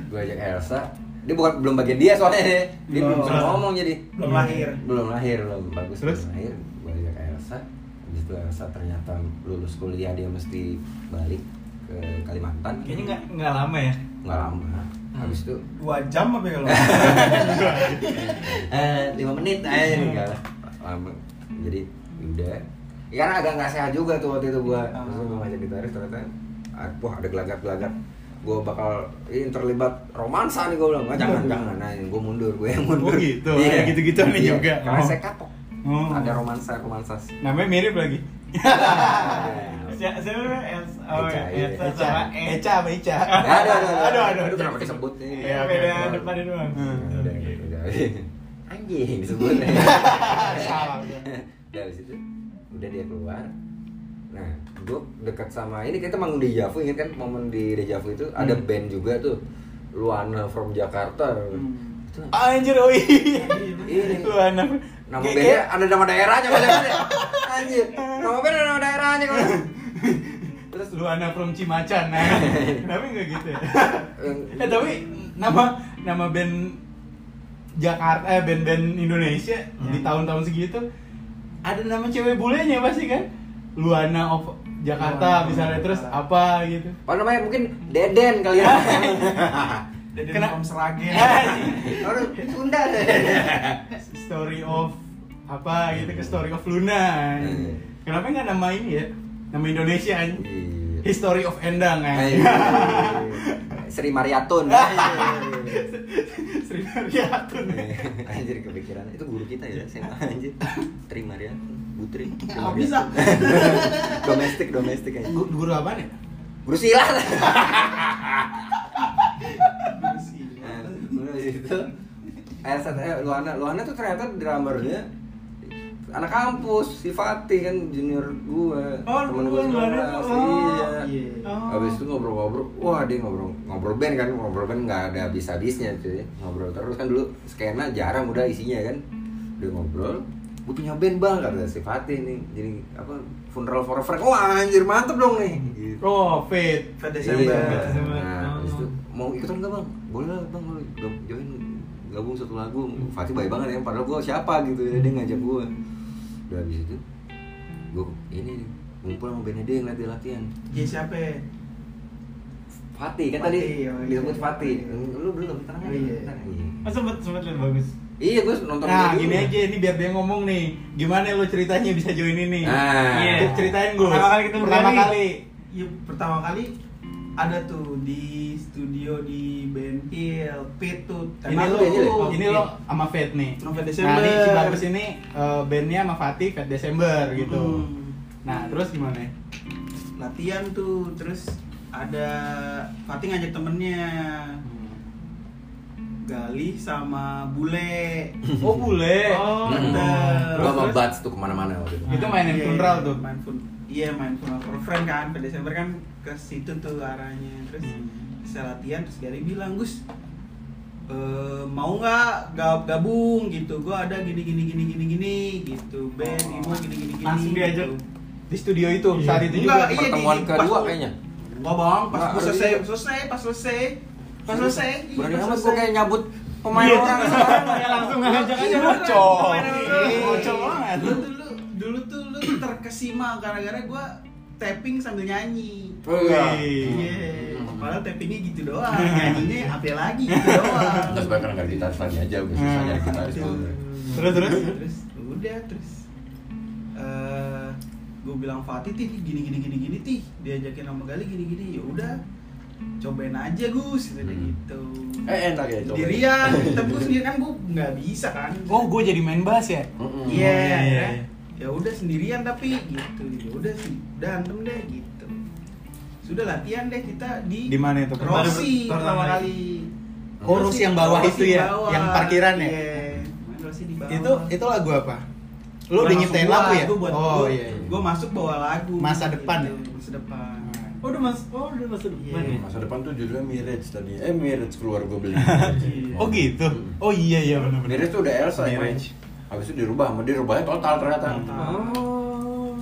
gue ajak Elsa dia bukan belum bagian dia soalnya dia dia belum bisa ngomong jadi
Belum lahir.
belum lahir belum bagus
Terus?
belum lahir gue ajak Elsa habis itu Elsa ternyata lulus kuliah dia mesti balik ke Kalimantan
Kayaknya nggak nggak lama ya.
nggak lama habis itu
dua jam apa ya lo?
eh lima menit aja enggak lah. lama jadi udah ya, karena agak nggak sehat juga tuh waktu itu gua terus gua ngajak gitaris ternyata ah, wah ada gelagat gelagat gua bakal ini terlibat romansa nih gua bilang "Ah, jangan jangan nah gua mundur gua yang mundur Iya.
Oh, gitu. Ada gitu-gituan nih juga.
karena
Oh.
saya kapok
Oh.
ada romansa romansa
Namanya mirip lagi.
Iya.
Siapa siapa S oh
Eca, iya.
Eca sama E
Eca apa Ica?
Ada, ada, ada.
Aduh, aduh,
Aduh,
aduh.
kenapa disebut nih?
Iya, beda depannya doang.
Hmm.
Nah, udah,
Oke.
udah. anjing disebut
Salah.
udah habis itu udah dia keluar nah gue dekat sama ini kita manggung di Javu inget kan momen di Dejavu itu ada
Hmm.
band juga tuh Luana from Jakarta itu
Anjir, oh Hmm. iya.
Ini.
Lu anak.
nama
Kayak- Hmm.
bandnya ada nama daerahnya kalau lihat. anjir nama band ada nama daerahnya kalau lihat.
Terus lu anak from Cimacan. Nah. Tapi enggak gitu ya.
Yang-
Eh tapi nama nama band Jakarta eh band-band Indonesia di tahun-tahun segitu ada nama cewek bulenya pasti kan? Luana of Jakarta
Luana.
misalnya terus apa gitu.
apa namanya mungkin Deden kali ya
Dari
Kena- Iya.
Kom Seragen.
orang Sunda deh
story of apa gitu ke story of Luna.
Hmm.
Kenapa nggak nama ini ya? Nama Indonesia anjing.
Iya.
History of Endang
Ayo.
kan.
Sri Mariatun
Iya, Sri Mariatun.
Eh, anjir kepikiran itu guru kita ya SMA anjir Tri Mariatun Putri Tri
Nggak
Mariatun.
bisa.
domestik domestik aja
Gu- Guru apa ya?
guru silat
Iya.
Nah, itu Elsa eh, Luana Luana tuh ternyata dramernya anak kampus si Fatih kan junior gua
Oh,
temen
lu Luana
sekelas.
tuh. Oh,
iya
iya.
Oh.
Habis itu ngobrol-ngobrol, wah dia ngobrol ngobrol band kan, ngobrol band nggak ada habis habisnya cuy. Ngobrol terus kan dulu skena jarang udah isinya kan. Dia ngobrol, gue punya band bang kata si Fatih nih. Jadi apa funeral for a friend. Wah anjir mantep dong nih. Gitu.
Profit.
Ke Desember.
Iya.
Desember.
Nah,
Oh.
habis itu mau ikutan nggak bang? Boleh lah bang, lu gab- join gabung satu lagu. Fatih baik banget ya, padahal gue siapa gitu ya dia ngajak gue. Udah habis itu, gue ini nih, ngumpul sama bandnya dia yang latihan latihan.
Iya siapa? ya?
Fatih kan
Fatih,
tadi
oh iya.
disebut Fatih. Lu belum tenang
Oh iya.
tenang.
Oh, sempet sempet liat bagus.
Iya, gue nonton
Nah,
dia dulu.
gini aja ini biar dia ngomong nih. Gimana lo ceritanya bisa join ini?
Nah.
Iya. Tuh, ceritain gue.
Pertama kali ketemu
Pertama
Dani.
kali.
Iya pertama kali ada tuh di studio di Ben Hill, Pit tuh.
Ini
Kenal
lo,
Benny deh.
tuh.
ini lo
Iya.
sama Fat nih.
Novel
Nah,
Desember.
ini Cibabes ini eh, bandnya sama Fatih Fat Desember gitu.
Hmm.
Nah, terus gimana?
latihan tuh terus ada Fatih ngajak temennya
Hmm.
Galih sama Bule
Oh, bule.
Oh,
Hmm.
mantap.
Gua sama Bats tuh kemana-mana waktu itu.
Itu mainin
Iya,
funeral tuh.
main fun iya main funeral for friend kan pada Desember kan ke situ tuh arahnya terus
Hmm.
saya latihan terus Galih bilang Gus eh, mau nggak gab- gabung gitu gua ada gini gini gini gini gini gitu band
Oh.
ibu gini gini gini
Langsung diajak.
gitu.
Di studio itu
Iya.
saat itu
Ah,
Enggak,
juga.
iya,
Pertemuan
di- di-
kedua
pas-
kayaknya.
Enggak bang, pas
Nggak,
gua
ada
selesai,
juga.
selesai, pas selesai, pas selesai. iya,
Berani
pas
amat gue
selesai.
kayak nyabut pemain
Iya.
orang.
Ya, langsung ngajak aja.
Bocor.
Iya.
Bocor banget.
Lu tuh lu- dulu tuh lu terkesima gara-gara gua tapping sambil nyanyi.
Wih.
Iya,
Hmm.
padahal tappingnya gitu doang, nyanyinya apa lagi gitu doang.
Terus bahkan nggak kita tadi aja, gue
Hmm.
susah nyari kita
Terus,
Terus, terus?
terus udah terus eh gue bilang Fatih tih gini gini gini gini tih diajakin sama Gali gini gini ya udah cobain aja Gus gitu
Hmm.
gitu
Eh enak ya coba.
sendirian tapi gue sendirian kan gue nggak bisa kan
Oh, gue jadi main bass ya?
Mm-mm.
Oh,
iya
iya, iya.
akhirnya, ya udah sendirian tapi gitu ya udah sih udah antem deh gitu sudah latihan deh kita di
Di mana itu?
Rossi
Pertama-
pertama
pertama
kali Hmm.
Oh, Rossi yang bawah
Rossi
itu ya?
bawah.
Yang parkiran ya?
Iya, main Rossi di bawah
Itu itu lagu apa? Lu udah
Langsung
nyiptain
gua,
lagu ya?
gua buat,
oh
gua,
iya. iya.
gua masuk bawa lagu gitu,
Masa depan ya?
masa depan
Oh, udah mas, oh udah masuk depan
Iya.
ya.
Masa depan tuh judulnya Mirage tadi. Eh Mirage keluar gue beli.
Oh gitu.
Hmm.
Oh iya iya benar-benar.
Hmm. Mirage tuh udah Elsa ya.
Mirage.
Habis itu dirubah, sama dia rubahnya total ternyata. Hmm.
Total.
Oh. Gila,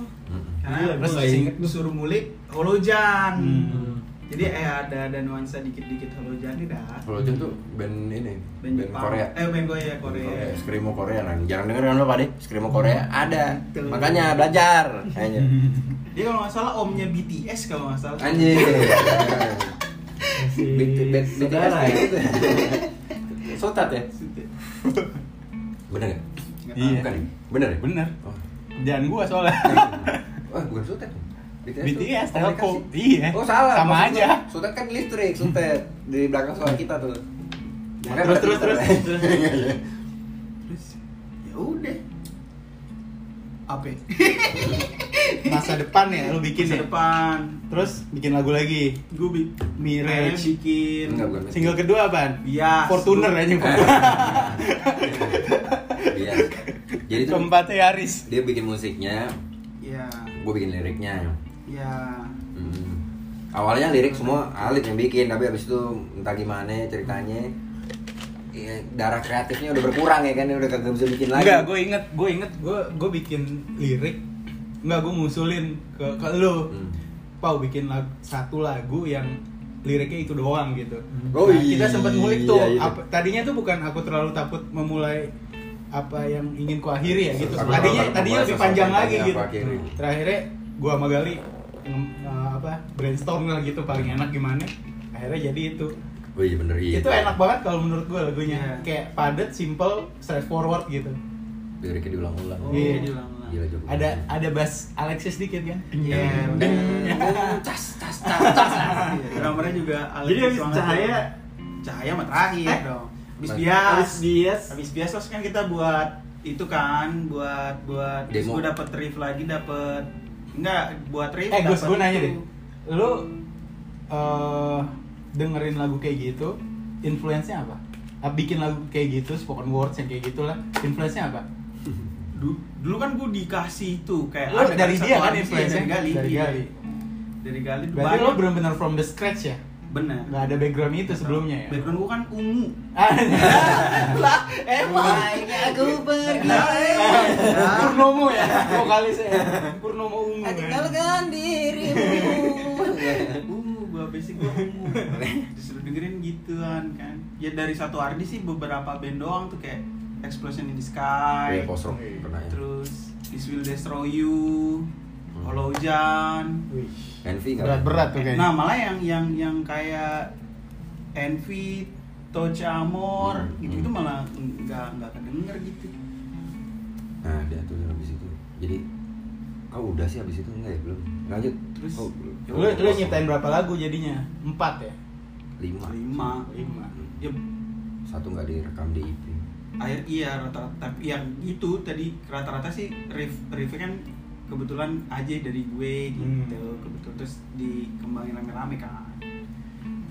karena
gua
terus
nggak
sing-
inget.
disuruh ngulik holojan
Hmm.
jadi eh ada ada nuansa dikit-dikit holojan nih dah
Hmm.
Kalau itu tuh band ini,
band,
band,
Jepang.
Korea.
eh band Korea Korea
Skrimo Korea lah. Jarang denger kan lo Pak Skrimo Korea ada.
Betul.
Makanya belajar.
iya.
Kayaknya.
dia kalau nggak salah omnya BTS kalau nggak salah
Anjir.
si
BT- BT-
saudara
BTS
ya.
gitu ya.
Sotat ya?
Bener ya?
Iya.
Bukan ya? Bener ya?
Bener.
Oh.
Kerjaan gua soalnya.
Wah, bukan sutet.
BTS,
tuh.
Telkom.
Komunikasi.
Iya.
Oh, salah.
Sama
Maksud
aja.
gua, Sutet kan listrik, sutet. Di belakang suara kita tuh. Makanya
Terus,
ada
terus,
filter,
terus. Iya.
ya.
terus ya udah apa
Masa depan ya lu bikin
masa
ya.
depan
Terus bikin lagu lagi.
gue bi
Mirage.
Akhirnya bikin
Enggak, bukan.
Single kedua apaan?
Bias.
Fortuner aja.
Iya. Jadi tuh
Keempatnya Yaris.
dia bikin musiknya,
ya
gue bikin liriknya.
ya
Hmm. Awalnya lirik semua Alit yang bikin, tapi habis itu entah gimana ceritanya ya, darah kreatifnya udah berkurang ya kan, udah kagak bisa bikin lagi.
Enggak, gue inget, gue inget, gue gue bikin lirik. Enggak, gue ngusulin ke ke lu.
Hmm.
Pau bikin lag- satu lagu yang liriknya itu doang gitu.
Oh
Nah, kita sempat ngulik tuh.
iya, iya.
Apa- tadinya tuh bukan aku terlalu takut memulai apa yang ingin ku akhiri ya gitu.
Aku
Tadinya
terlalu
tadinya
memulai
lebih
sesuatu
panjang
yang
lagi
ingin
gitu.
aku akhiri.
Terakhirnya gua sama Gali nge- eh, apa brainstorm lah gitu paling enak gimana. Akhirnya jadi itu.
Oh iya bener iya.
Itu enak banget kalau menurut gua lagunya.
Iya.
Kayak padat, simple, straightforward gitu.
Liriknya diulang-ulang.
oh
Iya.
diulang-ulang.
Gila Joko.
Ada ada bass Alexis dikit kan?
Iya.
Deng.
Oh, Cas cas cas cas.
Iya, drummernya juga Alexis
Jadi habis
banget.
cahaya
cahaya mah terakhir
Eh?
dong habis
Mas-
Iya.
bias
habis bias
habis bias terus kan kita buat itu kan buat buat terus
Demo.
gue dapet riff lagi dapet enggak buat riff
Eh Gus,
dapet
gue nanya
itu.
deh. Lu eh, dengerin lagu kayak gitu, influence-nya apa? Ah, Bikin lagu kayak gitu, spoken words yang kayak gitulah, influence-nya apa?
Du- dulu kan gue dikasih itu kayak
Lu dari
satu
dia kan
artis,
influence-nya?
dari gali
Dari
iya.
Gali.
dari gali
Berarti lu
banyak.
benar-benar from the scratch ya?
bener
Gak ada background itu sebelumnya ya?
background gue kan ungu
Ah,
lah
aku Nah.
Purnomo ya, vokalisnya ya? Purnomo ungu
kan?
ya?
Iya,
ungu gue basic gue ungu disuruh dengerin gituan kan ya dari satu artis sih beberapa band doang tuh kayak Explosion in the Sky
Iya post rock
nah,
pernah ya.
terus This Will Destroy You
Hmm.
Holojan
Wih,
Envy nggak?
Berat-berat tuh
nah
kayaknya
malah yang yang yang kayak Envy Touch Amor
Hmm,
gitu itu
hmm.
malah nggak nggak kedenger gitu
Nah dia tuh habis itu. Jadi kau udah sih habis itu enggak ya belum? Lanjut.
Terus?
Oh, belum.
Lu, lu nyiptain berapa lagu jadinya? Empat ya?
lima.
lima
Lima
ya
Satu nggak direkam di EP.
air iya rata-rata yang itu tadi rata-rata sih riff riffnya kan kebetulan aja dari gue gitu
Hmm.
kebetulan terus dikembangin rame-rame kan Gitu.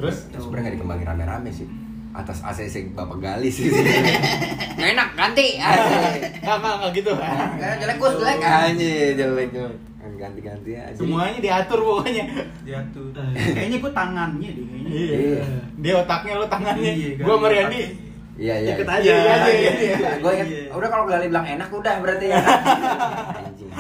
Terus?
Ya, sebenarnya nggak dikembangin rame-rame sih. Atas ACC Bapak Gali sih. Nggak enak ganti.
Nggak, nggak, nggak gitu
Eh, jelek gue jelek anjir jelek jelek. Kan ganti-ganti aja
Semuanya diatur pokoknya
jatuh kayaknya gue tangannya deh kayaknya
Eh.
Gitu.
Iya. Dia otaknya lo tangannya.
Iya, kan.
gua sama Randy
iya iya
ikut
iya.
aja.
Iya,
Iya, aja,
iya,
iya.
iya.
gue inget udah kalau Gali bilang enak udah berarti ya anjing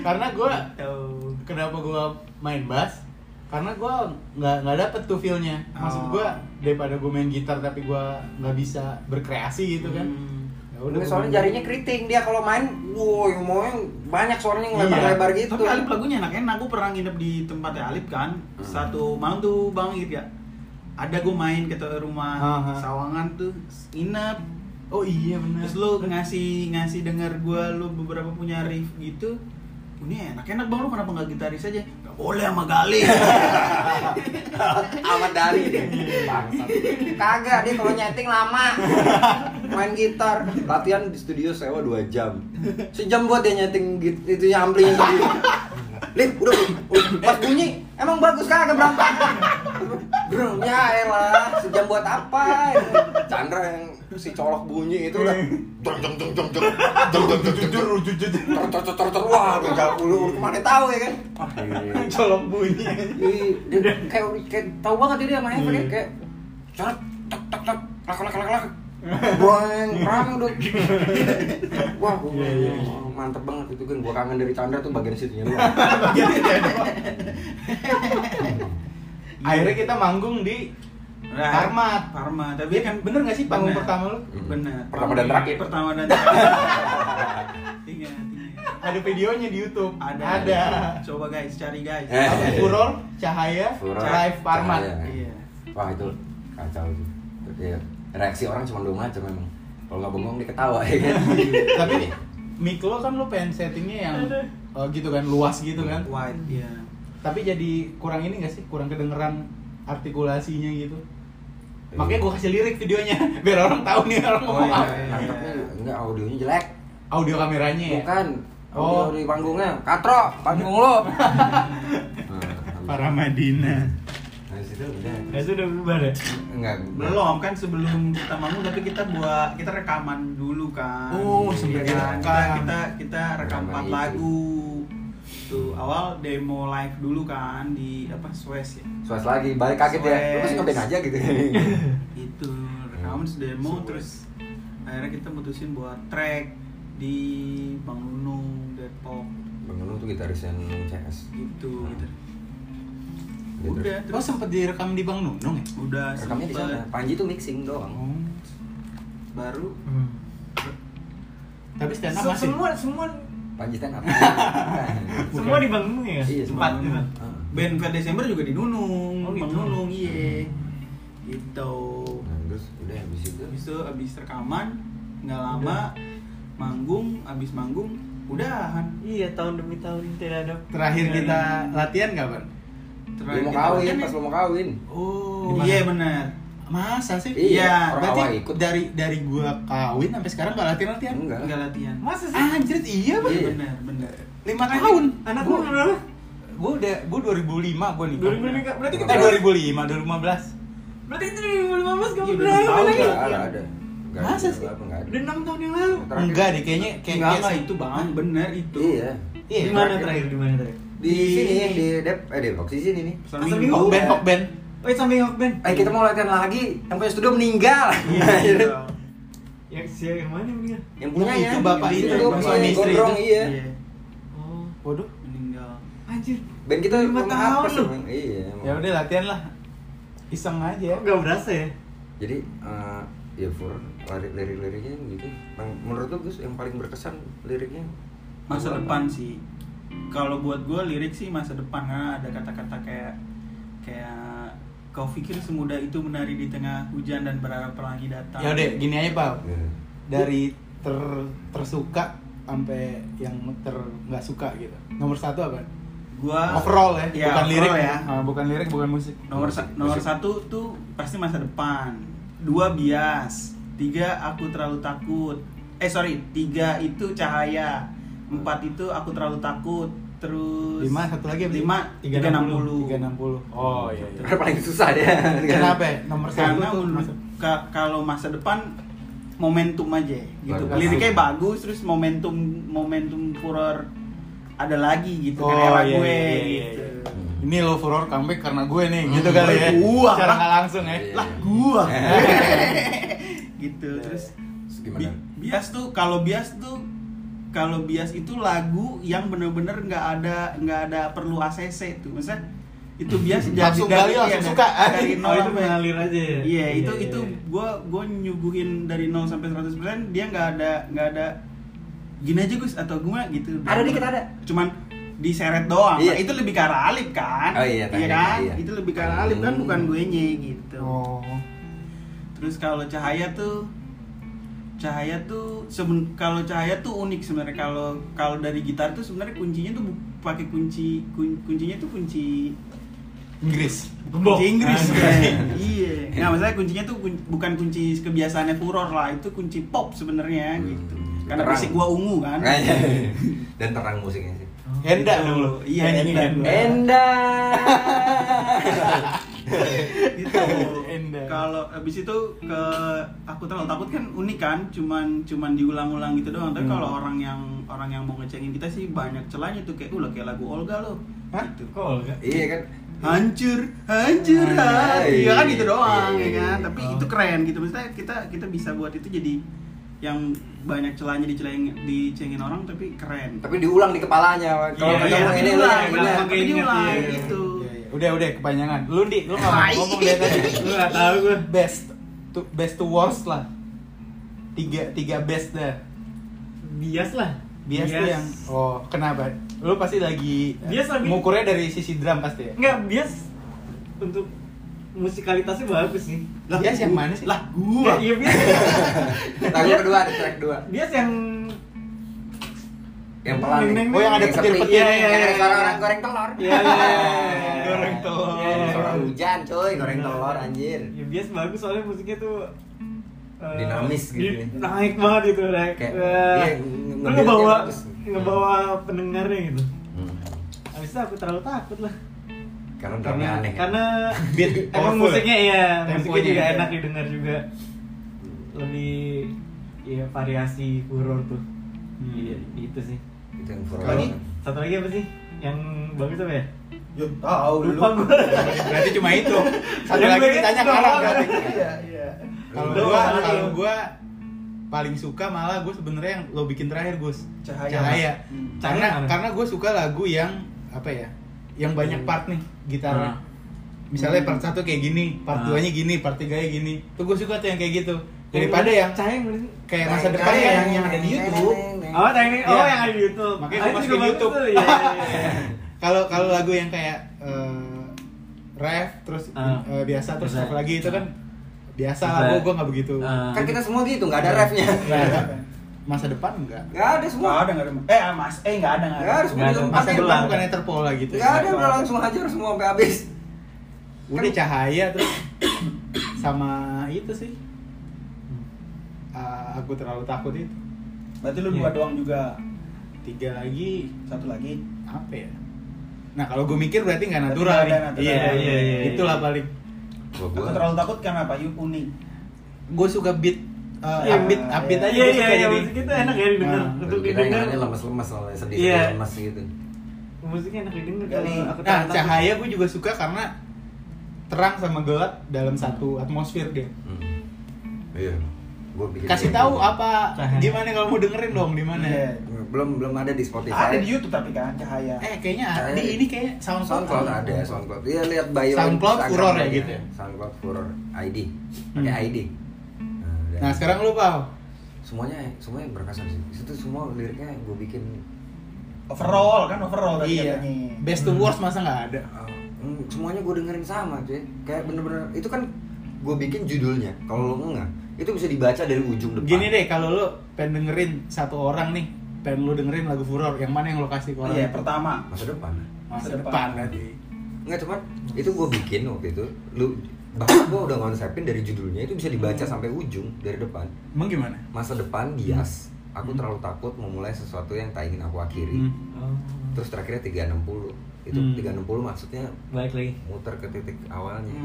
Karena gua
Tuh.
kenapa gua main bass? Karena gua nggak nggak dapet tuh feelnya. Maksud gua daripada gua main gitar tapi gua nggak bisa berkreasi gitu kan.
Hmm.
Ya
Udah,
gua main-
soalnya jarinya keriting dia kalau main, woi mau banyak suaranya yang
Iya.
lebar-lebar gitu.
Tapi Alip lagunya enak-enak, gue pernah nginep di tempatnya Alip kan
Hmm.
Satu malam tuh Bang Irga Ada gue main ke tuh rumah
Aha.
Sawangan tuh Nginep
Oh iya benar.
Terus lu ngasih ngasih denger gue lu beberapa punya riff gitu Ini enak-enak bang, lu kenapa gak gitaris aja? Gak boleh sama Gali
Amat dari bangsat. Kagak dia kalau nyeting lama. Main gitar, latihan di studio sewa 2 jam. Sejam buat dia nyeting gitu itu amplinya sendiri. Lip, udah, udah. pas bunyi emang bagus kagak berantakan. Bro, ya elah, sejam buat apa? Chandra yang si colok bunyi itu udah jong jong jong jong jong jong jong jong jong
jujur jujur jujur.
ter ter ter ter ter wah udah jauh dulu udah kemana tahu ya kan
colok bunyi.
Ih, dia Iya, kayak kayak tahu banget dia sama Evan ya kayak coret tak tak tak lak lak lak lak Boeng, rame udah Wah, gua-
Iya, iya, iya.
mantep banget itu kan Gua kangen dari Chandra tuh bagian situnya doang
Akhirnya kita manggung di
Nah,
Parmat.
Parma, tapi
Iya
kan
kan bener gak sih panggung
Bener.
pertama lu?
Hmm. Bener
Pertama dan terakhir.
Pertama dan terakhir Ingat, ingat
ada videonya di YouTube.
Ada.
Ada.
Coba guys, cari guys.
Eh.
Apa, Furor, Cahaya,
Furor,
Raif Parman.
Cahaya.
Iya.
Wah itu kacau itu. Ya, reaksi orang cuma dua macam memang. Kalau nggak bengong dia ketawa ya kan.
Tapi mic lo kan lo pengen settingnya yang eh, gitu kan luas gitu kan.
Wide, iya.
Tapi jadi kurang ini gak sih? Kurang kedengeran artikulasinya gitu.
Iya.
Makanya gue kasih lirik videonya biar orang tahu nih orang
Oh,
ngomong
iya,
apa.
iya.
Mantapnya enggak audionya jelek.
Audio kameranya ya.
Bukan.
Oh.
Audio di panggungnya. Katro, panggung lo. Nah,
Madinah.
habis itu udah.
Nah, itu udah bubar ya?
Enggak.
Belum kan sebelum kita manggung tapi kita buat kita rekaman dulu kan.
Oh,
Iya
sebelum
kan?
direkam.
Kita, kita kita rekam
ya, Rekaman
empat
itu.
lagu. Tuh, awal demo live dulu kan di apa Swiss ya.
Suas lagi, balik kaget ya. Lu
Suas.
masih ngeband aja gitu.
Itu rekaman
Oh,
terus demo
Swiss.
terus akhirnya kita mutusin buat track di Bang Nunung Depok
Bang Nunung tuh gitarisnya Nunung CS.
gitu
Hmm. Dia
gitu.
terus-
Udah
Oh
terus
sempet direkam di Bang Nunung ya?
udah
Gitu. Oh, Rekamnya di sana.
sempet
Panji tuh mixing
Oh.
doang.
baru
Tapi stand up
Hmm. Se-
masih.
semua semua
Panji stand up.
semua di Bang Nunung ya?
Iya, semua
Empat,
di Bang
lima.
Nunung. Heeh.
band ke Desember juga di Nunung,
Oh, gitu.
Bang Nunung iya. Gitu.
Nah, terus udah habis itu
Habis itu habis rekaman nggak lama manggung, habis manggung udahan.
Iya, tahun demi tahun tidak ada.
Terakhir
Iya,
kita latihan kapan?
Lu mau
kita
kawin,
kan
pas
ya-
lu mau kawin.
Oh.
Iya benar.
Masa sih? Ya,
Iya, orang
berarti
awal ikut.
dari dari gua kawin sampai sekarang gak latihan latihan.
Enggak.
Enggak latihan.
Masa sih?
Anjir, iya bang.
Iya benar, benar.
Lima tahun.
Anak
gua
lu berapa?
gua udah gua 2005 gua nikah.
2005 nikah. Berarti
kita-
eh 2005 2015.
Berarti itu dari 2015 kamu
Iya, udah
udah
enam tahun
lagi.
Enggak enggak ada. Enggak
Masa sih?
Enggak ada.
Udah enam tahun yang lalu.
Terakhir.
Enggak deh kayaknya kayak
Enggak
kayak-
enggak itu Bang, benar itu.
Iya.
Iya.
Di mana terakhir? Di mana terakhir?
Di sini di Dep eh Depok di sini nih.
Pasar
Pasar
Minggu.
Minggu.
Hok band hok band.
Oh, sampai Hokben.
Eh kita mau latihan lagi. Yang punya studio meninggal.
Iya.
Yang siapa Ya, yang mana yang dia?
Yang punya
Itu bapak
Yang
itu,
punya,
bapak suami istri
gondrong,
itu.
Iya.
Iya,
Oh,
Waduh.
meninggal.
anjir.
Band kita
Lima
belum
tahun
hapus,
lu.
emang. Iya. emang.
Ya udah latihan lah. Iseng aja.
Enggak berasa ya?
Jadi eh, ya Fur lirik- lirik-liriknya gitu. Yang- Menurut lu Gus yang paling berkesan liriknya
masa depan sih kalau buat gue lirik sih masa depan karena ada kata-kata kayak kayak kau pikir semudah itu menari di tengah hujan dan berharap pelangi datang
Ya udah gini aja pak.
Iya.
Dari ter tersuka sampai yang ter nggak suka gitu. Nomor satu apa?
gue
Overall ya, bukan lirik
ya
Ah, bukan lirik, bukan musik.
nomor sa- nomor satu tuh pasti masa depan dua bias tiga aku terlalu takut eh sorry tiga itu cahaya empat itu aku terlalu takut terus
Lima satu lagi apa?
lima tiga enam puluh
360. Oh iya. iya.
Karena paling susah dia. kan?
Kenapa? ya? Nomor satu
karena
tuh
menurut
masuk.
ka- kalau masa depan momentum aja gitu
Bagus.
liriknya bagus terus momentum momentum furor ada lagi gitu kan
Oh,
era
iya,
gue
iya, iya,
gitu
iya. Ini lo furor comeback karena gue nih, gitu kali ya.
gua.
Secara nggak langsung ya.
Iya.
Lah, gua.
gitu
Iya.
terus
Terus
bi-
Gimana?
bias tuh kalau bias tuh kalau bias itu lagu yang bener-bener nggak ada nggak ada perlu ACC tuh maksudnya itu bias jadi
Langsung gali, langsung
dari-
suka.
dari
Oh,
nol
itu
sampai-
mengalir aja ya.
Iya, itu itu gue gue nyuguhin dari 0 sampai 100% dia nggak ada nggak ada gini aja Gus atau gue gitu.
Ada dikit, ada.
Cuman diseret doang. Nah,
Iya.
Itu lebih ke arah Alip kan?
Oh, iya, tanya,
kan?
iya.
Itu lebih ke arah Alip kan
Hmm.
bukan gue nye gitu.
Oh.
Terus kalau cahaya tuh cahaya tuh seben kalau cahaya tuh unik sebenarnya kalau kalau dari gitar tuh sebenarnya kuncinya tuh bu- pakai kunci kun- kuncinya tuh kunci
Inggris.
kunci
Ah,
Inggris
Ah,
kayaknya. iya nah maksudnya kuncinya tuh kun- bukan kunci kebiasaannya furor lah itu kunci pop sebenarnya
Hmm.
gitu karena
Terang.
fisik gua ungu kan
Nah, iya. Dan terang musiknya sih.
Henda
Gitu.
dong lo.
Iya,
Nyanyi
Henda
Henda.
gua.
Enda.
gitu
Endah.
kalau abis itu ke aku terlalu takut kan unik kan cuman cuman diulang-ulang gitu doang tapi
Hmm.
kalau orang yang orang yang mau ngecengin kita sih banyak celahnya tuh kayak ulah kayak lagu Olga lo
Hah?
gitu
Kok Olga?
iya kan.
hancur hancur hati ya kan gitu doang
Iya,
ya
iya,
kan
iya.
tapi
Oh.
itu keren gitu maksudnya kita kita bisa buat itu jadi yang banyak celahnya diceleng dicengin orang tapi keren
Tapi diulang di kepalanya. Kalau
Iya,
kata
iya,
orang ini lu
diulang,
yang benar.
diulang.
tapi diulang
Iya, iya.
gitu
Iya, iya. Udah, udah kepanjangan. Lu di, lu nggak mau ngomong dari tadi.
Gue gak tau gue
Best to best to worst lah. Tiga tiga best dah.
Bias lah
bias tuh
Bias.
yang oh kenapa lu pasti lagi
Bias lagi-
ngukurnya dari sisi drum pasti ya
Enggak, bias untuk musikalitasnya bagus sih.
bias yang mana sih
Lah
Iya,
gua.
iya bias.
Lagu Nah, kedua, di track dua.
bias yang
Yang pelan.
Neng,
nih.
neng,
oh yang ada
Yang
petir-petir
sepi.
Iya, iya,
Yang
iya,
ada suara
iya.
orang goreng telur.
Iya, iya, iya.
Goreng telur.
Iya, iya, iya.
Suara hujan, cuy, goreng telur anjir.
Ya bias bagus soalnya musiknya tuh eh,
Dinamis gitu.
di- Naik banget gitu, naik.
Kayak,
Eh,
iya,
lu
ngebuildnya
ngebawa
bagus.
ngebawa pendengarnya gitu.
Hmm.
Habis itu aku terlalu takut lah.
Karena drumnya
Karena
aneh. ya.
karena
Beat
emang
powerful.
musiknya ya, musiknya
Temponya
gitu
juga
ya.
enak didengar juga. Lebih ya variasi kuror tuh.
Hmm.
Iya, itu sih.
itu yang furor.
Lagi?
Satu lagi apa sih? Yang bagus apa ya?
Yo, tahu lu.
Lupa gue.
berarti cuma itu satu
Yang
lagi
gue
ditanya
doang.
karang berarti
Iya, iya.
kalau
Lu
gua
salah
kalau
lu.
gua paling suka malah gue sebenarnya yang lo bikin terakhir Gus
Cahaya.
Hmm.
karena
Cahaya mana?
karena gue suka lagu yang apa ya yang banyak part nih gitarnya
Ah.
misalnya part satu kayak gini
Ah.
part duanya gini part tiganya gini tuh gue suka tuh yang kayak gitu daripada
ya?
yang
Cahaya yang mana sih?
kayak masa depan yang yang ada di YouTube
Oh, tadi oh
Iya.
yang ada di YouTube.
Makanya
Ah,
gua
itu
masukin
juga bagus
YouTube.
tuh, iya, iya, iya.
kalau kalau lagu yang kayak eh, ref terus
Ah.
eh, biasa terus
Biasa.
apa lagi itu kan biasa
Biasa.
lah gue gue nggak begitu
Ah.
Kan kita semua gitu, nggak ada refnya.
Nggak ada. masa depan enggak
Nggak ada semua.
Enggak ada, enggak ada. Eh, Mas, eh enggak ada, enggak
Nggak
ada.
ada semua
Nggak ada.
masa
ditempatin.
Pasti
depan
ulang.
bukan yang terpola gitu
Nggak ada, udah langsung hajar semua sampai habis.
Kan-
udah cahaya terus sama itu sih Ah, aku terlalu takut itu
Berarti lu dua
Iya.
doang juga.
tiga lagi
Satu lagi.
apa ya nah kalau gue mikir berarti nggak
Berarti
natural
nggak ada
nih.
natural.
Iya, iya, iya, iya.
itulah paling
Gua
Aku
gua.
terlalu takut karena apa? Yu kuning.
gue suka beat uh,
Iya.
upbeat upbeat aja
Iya,
gue
iya,
suka
iya,
jadi
musik itu enak ya didengar.
Nah,
Untuk
Kita yang
didengar.
nanya lemas-lemas soalnya sedih,
Iya.
lemas gitu.
Musiknya enak didengar
Gali.
kalau aku
nah
tahu-tahu.
cahaya gue juga suka karena terang sama gelap dalam satu atmosfer deh
Hmm. Iya. Gua bikin
kasih
kayak
tahu
gitu.
apa
Cahaya.
gimana kalau mau dengerin dong di mana
Iya.
Belum belum ada di Spotify.
Ada di YouTube tapi kan cahaya.
eh kayaknya
Cahaya.
di ini kayak soundcloud, Hmm.
SoundCloud ada, SoundCloud. Iya lihat bio
SoundCloud
Instagram
furor ya
aja.
gitu ya?
SoundCloud furor ID. Pakai
Hmm.
ID. Nah, dan
nah sekarang lu paham
semuanya semuanya berkesan sih. Itu semua liriknya gue bikin
Overall kan overall tadi
Iya.
katanya.
Best to worst masa nggak ada.
uh, mm, semuanya gue dengerin sama cuy. Kayak bener-bener itu kan gue bikin judulnya. Kalau lo enggak, itu bisa dibaca dari ujung depan.
Gini deh, kalau lu pengen dengerin satu orang nih, pengen lu dengerin lagu furor, yang mana yang lo kasih ke orang?
Iya,
itu?
pertama.
Masa depan.
masa depan tadi.
Enggak cuman itu gue bikin waktu itu. Lu bahkan gue udah konsepin dari judulnya itu bisa dibaca sampai ujung dari depan.
Emang gimana?
Masa depan bias.
Hmm.
Aku terlalu takut memulai sesuatu yang tak ingin aku akhiri.
Oh,
terus terakhirnya 360 itu
Hmm.
360 maksudnya
balik lagi.
muter ke titik awalnya Nah,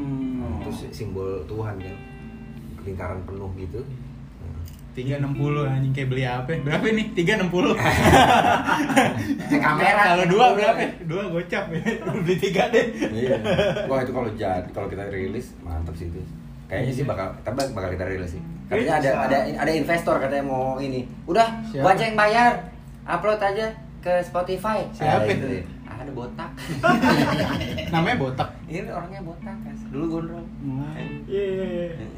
Hmm.
itu si- simbol Tuhan kan lingkaran penuh gitu Nah.
360 anjing kayak beli apa? Berapa nih? 360.
Kayak kamera
Kalau dua berapa? Dua gocap ya. Beli tiga deh.
iya wah itu kalau jadi kalau kita rilis mantap sih itu kayaknya sih bakal kita bak- bakal kita rilis sih katanya ada
bisa.
ada ada investor katanya mau ini udah
Siapa?
gua aja yang bayar upload aja ke Spotify
Siapa
Ah,
itu?
gitu ya. ada botak
Namanya botak.
ini orangnya botak guys. dulu gondrong
Iya, iya,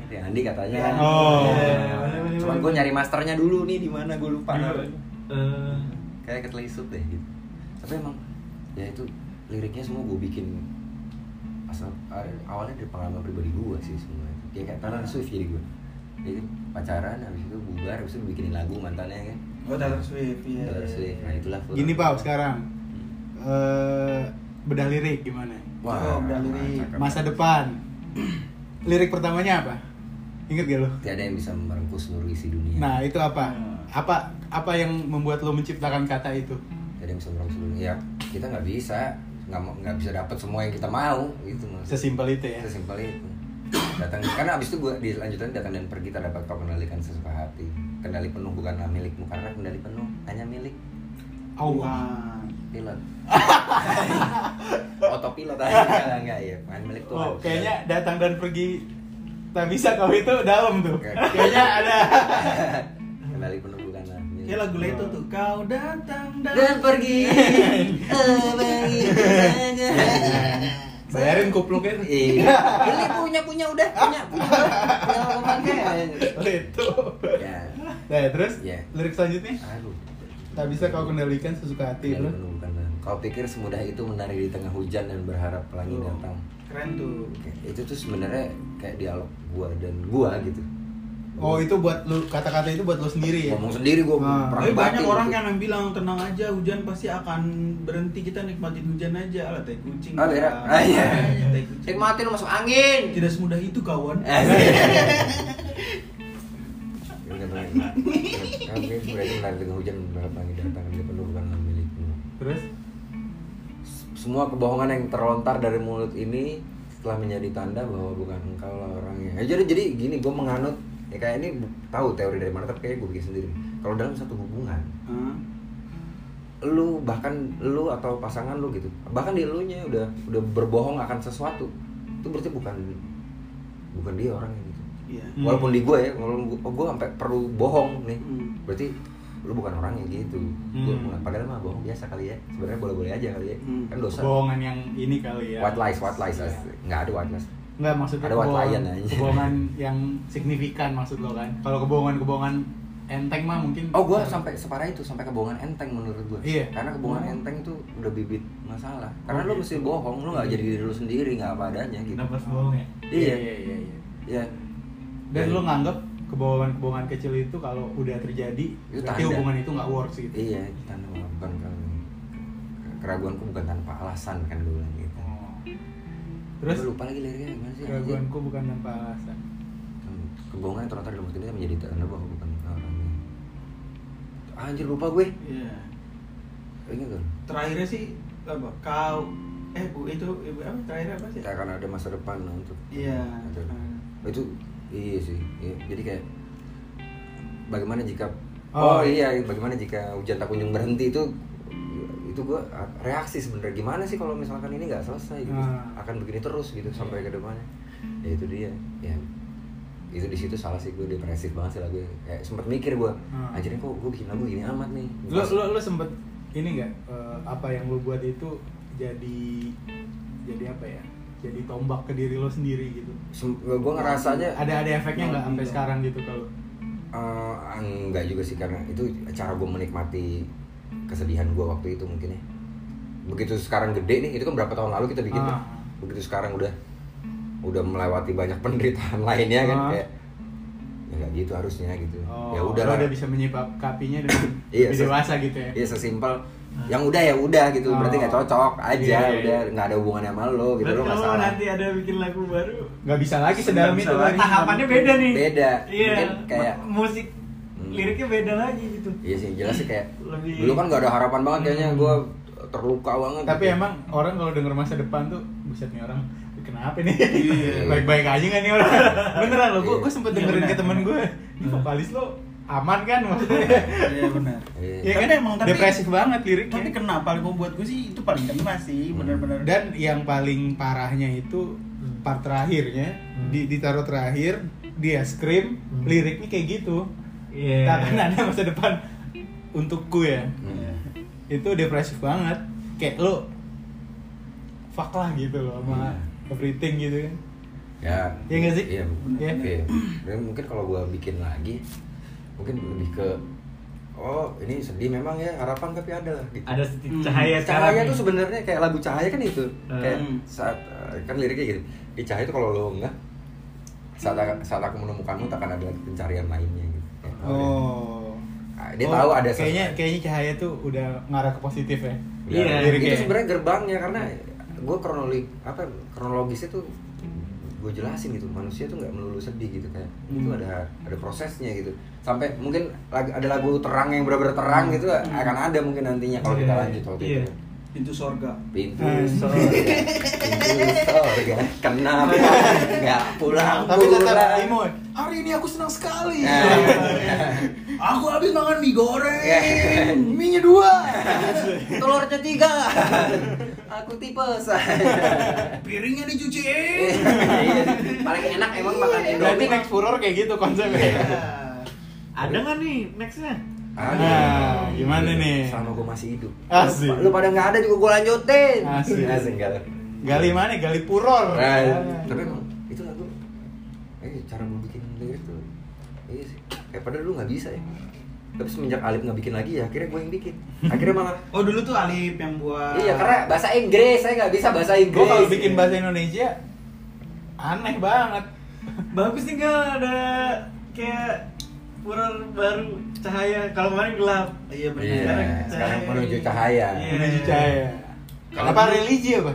iya.
Ya, Andi katanya.
Oh.
Iya. Cuman gue nyari masternya dulu nih di mana gue lupa. naruh.
Eh,
Kayak ketelisut deh gitu. Tapi emang ya itu liriknya semua gue bikin asal a- awalnya dari pengalaman pribadi gue sih semua itu. Kayak kayak Taylor Swift jadi gue. Jadi pacaran habis itu bubar habis itu bikinin lagu mantannya kan.
Gue Taylor Swift, iya.
Taylor Swift. Nah, itulah full.
Gini Pau sekarang. Eh bedah lirik gimana?
Oh, udah lirik.
cakep.
Masa depan. Lirik pertamanya apa? Ingat gak lo?
Tiada yang bisa merengkus seluruh isi dunia.
Nah, itu apa?
Iya.
Hmm.
Apa apa yang membuat lo menciptakan kata itu?
Tiada yang bisa merengkus seluruh ya kita nggak bisa nggak mau- nggak bisa dapat semua yang kita mau gitu maksudnya.
Sesimpel itu ya.
sesimpel itu datang karena abis itu gue dilanjutan datang dan pergi tak dapat kau kendalikan sesuka hati kendali penuh bukanlah milikmu karena kendali penuh hanya milik
Allah.
pilot otopilot aja enggak enggak ya bukan milik Tuhan
Oh, kayaknya datang dan pergi tak bisa kau itu dalam tuh.
Oke.
Kayaknya ada.
kendali penuh bukanlah milik
Kayak lagu Leto tuh, kau datang
dan
dan
pergi eh, begitu saja.
Bayarin kupluknya tuh.
Iya. Ini punya punya udah punya punya udah mau pakai
Itu.
ya
Nah, terus
Iya.
lirik selanjutnya
aduh
tak bisa kau kendalikan sesuka hati
Jadi
lu.
penuh karena Iya, kau pikir semudah itu menari di tengah hujan dan berharap pelangi
Tuh.
datang
keren tuh
Oke, itu tuh sebenarnya kayak dialog gua dan gua gitu
Oh itu buat lu kata-kata itu buat lu sendiri ya.
ngomong sendiri gua
Ah.
perang
Tapi banyak
batin
orang
gitu.
kan yang bilang tenang aja hujan pasti akan berhenti kita nikmatin hujan aja lah tai kucing.
Ah, berak. Ah, iya.
Tai kucing.
Nikmatin lu masuk angin.
Tidak semudah itu kawan.
Iya. Eh. Ini kan pelangi. Kau pikir semudah itu menari di tengah hujan dan berharap pelangi datang Jadi penuh bukanlah milikmu
Terus
semua kebohongan yang terlontar dari mulut ini telah menjadi tanda bahwa bukan engkau lah orangnya. Ya, jadi jadi gini, gue menganut ya kayak ini bu- tahu teori dari mana tapi kayaknya gue bikin sendiri. Kalau dalam satu hubungan,
Hah?
lu bahkan lu atau pasangan lu gitu, bahkan di lu nya udah udah berbohong akan sesuatu, itu berarti bukan bukan dia orangnya gitu.
Iya.
Hmm.
Walaupun di gue ya, walaupun gue, oh, gue sampai perlu bohong nih,
Hmm.
berarti lu bukan orangnya gitu. Gue
Hmm.
menganut- padahal mah bohong biasa kali ya, sebenarnya boleh-boleh aja kali ya,
Hmm.
kan dosa.
kebohongan yang ini kali ya.
White lies, white lies,
Iya.
nggak ada white lies.
Enggak maksudnya
Ada white
kebohongan,
lion aja.
kebohongan yang signifikan maksud lo kan. Kalau kebohongan-kebohongan enteng mah mungkin
Oh, gue sampai separah itu, sampai kebohongan enteng menurut gue.
Iya.
Karena kebohongan enteng itu udah bibit masalah. Karena
Oh,
lu
gitu.
mesti bohong, lu nggak jadi diri lu sendiri, nggak apa adanya gitu.
Kenapa harus bohong ya?
Iya,
iya iya. iya.
iya.
Dan lo nganggap kebohongan-kebohongan kecil itu kalau udah terjadi
Itu
berarti
tanda.
hubungan itu nggak works gitu.
Iya, itu tanda bahwa bukan kalau keraguanku bukan tanpa alasan kan gue bilang gitu.
Oh.
Terus
Terus
lupa lagi liriknya gimana sih? anjing?
keraguanku bukan tanpa alasan.
Hmm, Kebohongan yang terlontar dalam hati ini menjadi tanda bahwa bukan orangnya. Anjir lupa gue.
Iya.
Ingat kan?
terakhirnya sih apa kau eh bu itu ibu apa terakhirnya apa sih
Kita akan ada masa depan untuk.
iya
Untuk- itu iya sih iya. jadi kayak bagaimana jika oh,
Oh.
iya bagaimana jika hujan tak kunjung berhenti itu itu gue reaksi sebenarnya gimana sih kalau misalkan ini nggak selesai gitu
Ah.
akan begini terus gitu sampai ke depannya ya itu dia ya itu di situ salah sih gue depresif banget sih lagu kayak sempet mikir gue
Ah.
anjir kok gue bikin lagu gini amat nih
Lo lo lo sempet ini nggak eh, apa yang lo buat itu jadi jadi apa ya? Jadi tombak ke diri lo sendiri gitu.
gue ngerasanya
Ada ada efeknya nggak sampai
Iya.
sekarang gitu kalau
Eh, enggak juga sih karena itu cara gue menikmati kesedihan gue waktu itu mungkin ya begitu sekarang gede nih itu kan berapa tahun lalu kita bikin tuh.
Ah.
begitu sekarang udah udah melewati banyak penderitaan lainnya kan
Ah.
kayak ya nggak gitu harusnya gitu
Oh,
ya
lo
udah
udah bisa menyikapinya dengan
Iya,
lebih
se-
dewasa gitu ya. Ah.
ya sesimpel yang udah ya udah gitu berarti nggak
Oh.
cocok aja
Iya, iya,
udah
iya.
nggak ada hubungannya sama lo gitu
Berarti
lo nggak
kalau
salah
nanti ada bikin lagu baru
Nggak bisa lagi sedalam itu
Nggak bisa
lagi.
lagi.
Tahapannya beda nih
Beda.
Iya
Mungkin kayak-
mu- Musik
Hmm.
Liriknya beda lagi gitu
iya sih jelas sih kayak
Lebih-
dulu kan nggak ada harapan banget kayaknya
Hmm.
gue terluka banget
Tapi
gitu.
emang orang kalau denger masa depan tuh buset nih orang kenapa nih
Iya.
baik-baik aja nggak nih orang beneran lo gue
Iya.
gue sempet
Iya,
dengerin
benar.
ke temen gue ini vokalis lo aman kan maksudnya
Iya benar.
Iya.
ya kan
Tapi emang, tapi-
depresif banget liriknya
Tapi kenapa kalau buat gue sih itu paling kena sih benar-benar.
dan yang paling parahnya itu part terakhirnya di ditaruh terakhir dia scream
Hmm.
liriknya kayak gitu
Iya
tak akan ada masa depan untukku ya itu depresif banget kayak lo fuck lah gitu loh
Iya.
sama everything gitu kan
ya
Iya nggak sih?
iya
Iya.
oke Dan mungkin kalau gua bikin lagi mungkin lebih ke oh ini sedih memang ya harapan tapi ada lah gitu.
Ada setitik
Hmm.
cahaya sekarang
cahaya
nih.
tuh sebenarnya kayak lagu cahaya kan itu
Hmm.
kayak saat eh, kan liriknya gitu di cahaya itu kalau lo enggak saat saat aku menemukanmu takkan ada lagi pencarian lainnya gitu Kayak, ya.
Oh.
Ah, dia
Oh,
tahu ada sesuatu.
kayaknya kayaknya cahaya tuh udah ngarah ke positif ya.
Iya,
Iya,
itu
liriknya.
sebenarnya gerbangnya karena gue kronologi apa kronologisnya tuh gue jelasin gitu manusia tuh nggak melulu sedih gitu kayak itu
Hmm.
ada ada prosesnya gitu sampai mungkin lag- ada lagu terang yang benar-benar terang gitu
Hmm.
akan ada mungkin nantinya kalau kita
Iya,
lanjut waktu
iya.
itu
pintu sorga
pintu
Hmm.
sorga pintu sorga kenapa nggak pulang
Tapi tetap
pulang.
emo.
hari ini aku senang sekali
Nah.
aku habis makan mie goreng
Iya.
mie nya dua
telurnya tiga aku tipes
piringnya dicuciin
Iya, paling enak emang makan
Berarti
indomie
next furor kayak gitu konsepnya.
Ada nggak nih nextnya?
Ada. Iya,
Nah, gimana nih?
Selama gue masih hidup.
Asik.
Lu pada nggak ada juga gue lanjutin.
Asik.
Asik enggak.
Gali mana? Gali puror.
Nah, tapi emang itu lagu. Eh, cara gue bikin lirik tuh. Iya sih. Kayak padahal lu Eh, nggak bisa ya. tapi semenjak Alip nggak bikin lagi ya akhirnya gue yang bikin akhirnya malah
Oh dulu tuh Alip yang buat
iya karena bahasa Inggris saya nggak bisa bahasa Inggris
Gue kalau bikin bahasa Indonesia aneh banget.
Bagus nih Gal, ada kayak Puror baru cahaya. Kalau kemarin gelap.
Iya benar.
Iya, sekarang menuju cahaya.
Iya.
Menuju cahaya.
Kalau-
apa religi apa?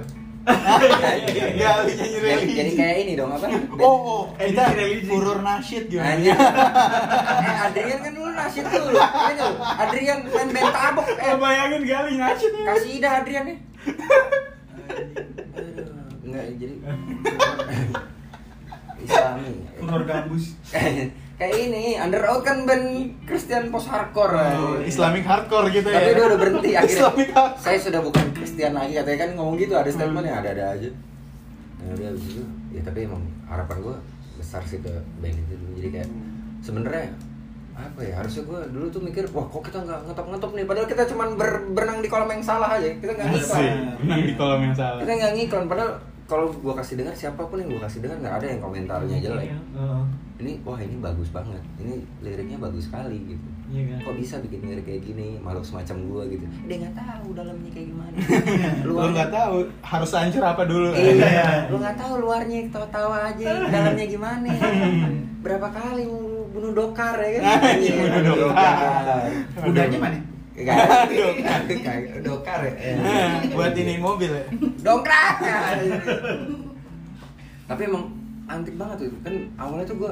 Enggak, lu nyanyi
Iya, jadi,
religi.
jadi kayak ini dong apa
Oh, oh,
Eh, ini
kita
religi.
purur nasyid gimana?
Anjir. eh, Adrian kan dulu nasib dulu. Ini loh, Iya, Adrian main band tabok. Eh,
Eh, bayangin gali nasyid.
kasih ida Adrian ya. nih. Enggak, ya, jadi Islami.
Horor gambus.
Kayak ini, Underout kan band Christian post hardcore. kan?
Oh, Islamic hardcore gitu ya.
Tapi dia udah berhenti akhirnya.
Islamic hardcore.
Saya sudah bukan Christian lagi katanya kan ngomong gitu ada statement
Hmm.
yang ada-ada aja. Nah, udah habis itu ya tapi emang harapan gue besar sih ke band itu dulu. Jadi kayak
Hmm.
sebenarnya apa ya harusnya gue dulu tuh mikir wah kok kita nggak ngetop ngetop nih padahal kita cuman ber- berenang di kolam yang salah aja kita nggak
Asik.
ngiklan
Menang di kolam yang salah.
kita nggak ngiklan padahal kalau gue kasih dengar siapapun yang gue kasih dengar nggak ada yang komentarnya jelek
Oh,
ini wah ini bagus banget ini liriknya bagus sekali gitu
Iya kan?
kok bisa bikin lirik kayak gini makhluk semacam gua gitu dia nggak tahu dalamnya kayak gimana
Lu nggak tahu harus hancur apa dulu.
iya lu nggak tahu luarnya ketawa-tawa aja dalamnya gimana berapa kali lu bunuh dokar ya kan
Anjing, Iya, bunuh dokar.
Budanya mana?
Nggak ada. Nggak ada. dokar ya
Nah, Buat ini mobil ya.
dongkrak tapi emang antik banget itu kan awalnya tuh gue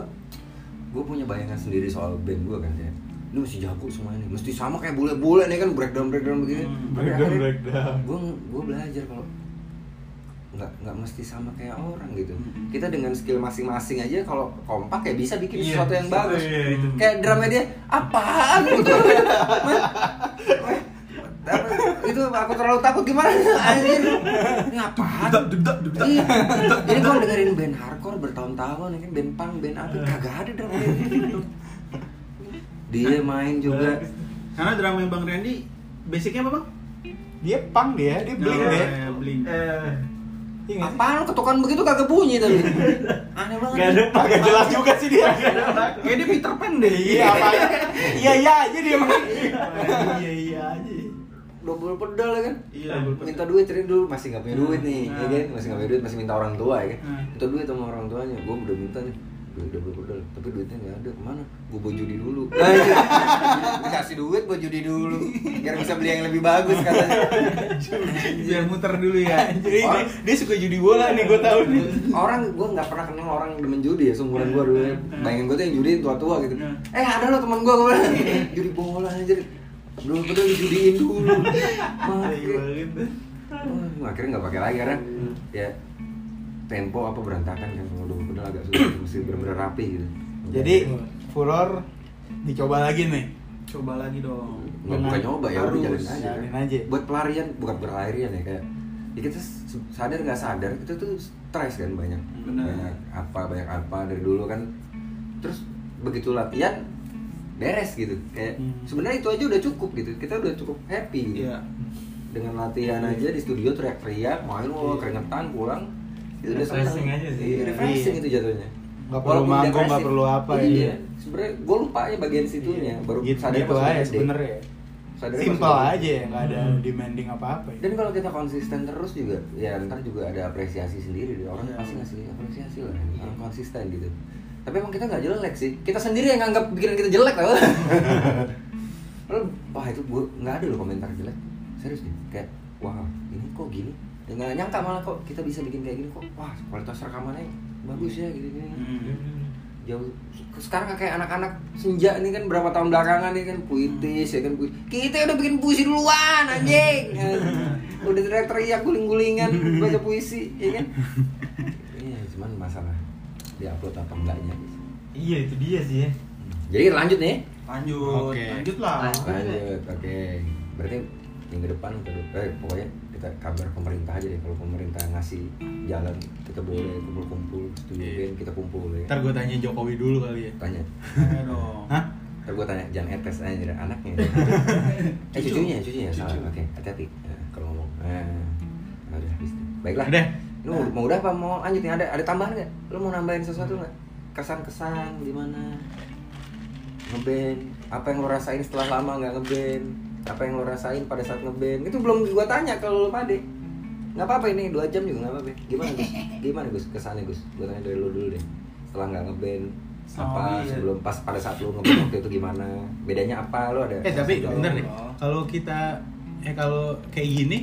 gue punya bayangan sendiri soal band gue kan kayak ini mesti jago semua ini mesti sama kayak bule-bule nih kan breakdown breakdown begini
Hmm, breakdown, breakdown.
gue gue belajar kalau nggak nggak mesti sama kayak orang gitu
Hmm.
kita dengan skill masing-masing aja kalau kompak ya bisa bikin
Iya,
sesuatu yang
sesuatu,
bagus
iya, itu.
kayak drama dia apaan gitu itu aku terlalu takut gimana anjir ini apaan
Dudak, dudak, dudak.
Iya. Jadi gue dengerin band hardcore bertahun-tahun, ya kan band punk, band apa,
Iya.
kagak ada dong. band gitu. Dia main juga.
Iya,
Eh,
Karena drama Bang Randy basicnya apa bang?
Dia pang dia, dia
Iya.
bling dia.
Bling.
Eh,
Iya nggak sih?
Apaan ketukan begitu kagak bunyi tapi. Aneh banget.
Gak ada.
Agak jelas juga sih dia.
Kayak dia Peter Pan deh.
Iya, apa? Iya, iya aja dia.
Iya iya aja.
Double pedal ya kan.
Iya.
minta duit tadi dulu masih nggak punya duit nih, ya
Nah.
kan? Masih nggak punya duit, masih minta orang tua ya kan?
Nah.
Minta duit sama orang tuanya, gue udah minta nih duit double pedal, tapi duitnya nggak ada, kemana? Gue baju judi dulu. Nah, iya. Dikasih duit, baju judi dulu, biar bisa beli yang lebih bagus katanya.
Biar muter dulu ya.
Jadi dia, dia suka judi bola nih, gue tahu nih.
orang gue nggak pernah kenal orang demen judi ya seumuran gue dulu ya. bayangin gue tuh yang judi yang tua-tua gitu eh ada lo teman gue gue bilang judi bola anjir dulu betul judiin dulu Make. Wah, akhirnya nggak pakai lagi karena ya tempo apa berantakan kan kalau dulu betul agak susah mesti bener-bener rapi gitu
Jadi furor dicoba lagi nih.
Coba lagi dong.
nggak bukan nyoba ya udah
Harus,
jalanin aja, kan.
jalanin aja.
buat pelarian bukan pelarian ya kayak ya kita se- sadar nggak sadar kita tuh stres kan banyak
Benar.
banyak apa banyak apa dari dulu kan terus begitu latihan beres gitu kayak
Hmm.
sebenarnya itu aja udah cukup gitu kita udah cukup happy gitu.
Iya.
dengan latihan aja di studio teriak-teriak main wah keringetan pulang itu udah
Refreshing
seneng.
aja sih.
Iya, refreshing itu jatuhnya
Nggak perlu
Walaupun
manggung,
depresif.
nggak perlu apa, iya.
iya. sebenarnya gue lupa ya bagian situnya baru
gitu,
sadar
gitu
pas udah
aja
gede.
sebenarnya.
Sadarnya pas
Simpel
udah gede.
aja ya, nggak ada demanding apa-apa. ya.
Dan kalau kita konsisten terus juga, ya ntar juga ada apresiasi sendiri. deh. Orang
Iya.
pasti ngasih apresiasi lah,
Iya.
orang konsisten gitu. Tapi emang kita nggak jelek sih. Kita sendiri yang nganggap pikiran kita jelek lah. Lalu, wah itu gue nggak ada loh komentar jelek. Serius deh, kayak wah ini kok gini. Dan nggak nyangka malah kok kita bisa bikin kayak gini kok. Wah kualitas rekamannya bagus ya gini-gini
Hmm.
Hmm.
jauh sekarang kan kayak anak-anak senja ini kan berapa tahun belakangan ini kan puitis ya kan puitis. kita udah bikin puisi duluan anjing udah teriak-teriak guling-gulingan baca puisi ya kan iya cuman masalah diupload apa enggaknya
Iya itu dia sih ya.
jadi lanjut nih
Lanjut.
Oke.
Lanjut lah.
lanjut oke berarti minggu depan atau eh, pokoknya kita kabar pemerintah aja deh kalau pemerintah ngasih jalan kita boleh kumpul-kumpul studio
Iya.
band, kita kumpul ya
Ntar gue tanya Jokowi dulu kali ya.
tanya
Iya dong.
Hah?
Ntar gue tanya, jangan etes aja dari anaknya Eh
Cucu.
cucunya, cucunya, salah,
Cucu.
oke, hati-hati Nah, kalau ngomong Nah, nah, udah, habis itu. Baiklah
Udah.
Lu mau, mau udah apa, mau lanjut nih, ada, ada tambahan nggak? Lu mau nambahin sesuatu nggak? Kesan-kesan, gimana? ngeband apa yang lo rasain setelah lama nggak ngeband apa yang lo rasain pada saat ngeband itu belum gua tanya kalau lo pade nggak apa-apa ini dua jam juga nggak apa-apa gimana gus gimana gus kesannya gus gua tanya dari lo dulu deh setelah nggak ngeband apa
Oh, iya.
sebelum pas pada saat lo ngeband waktu itu gimana bedanya apa lo ada
Eh tapi
Kalau-
bener deh. Kalau kita eh kalau kayak gini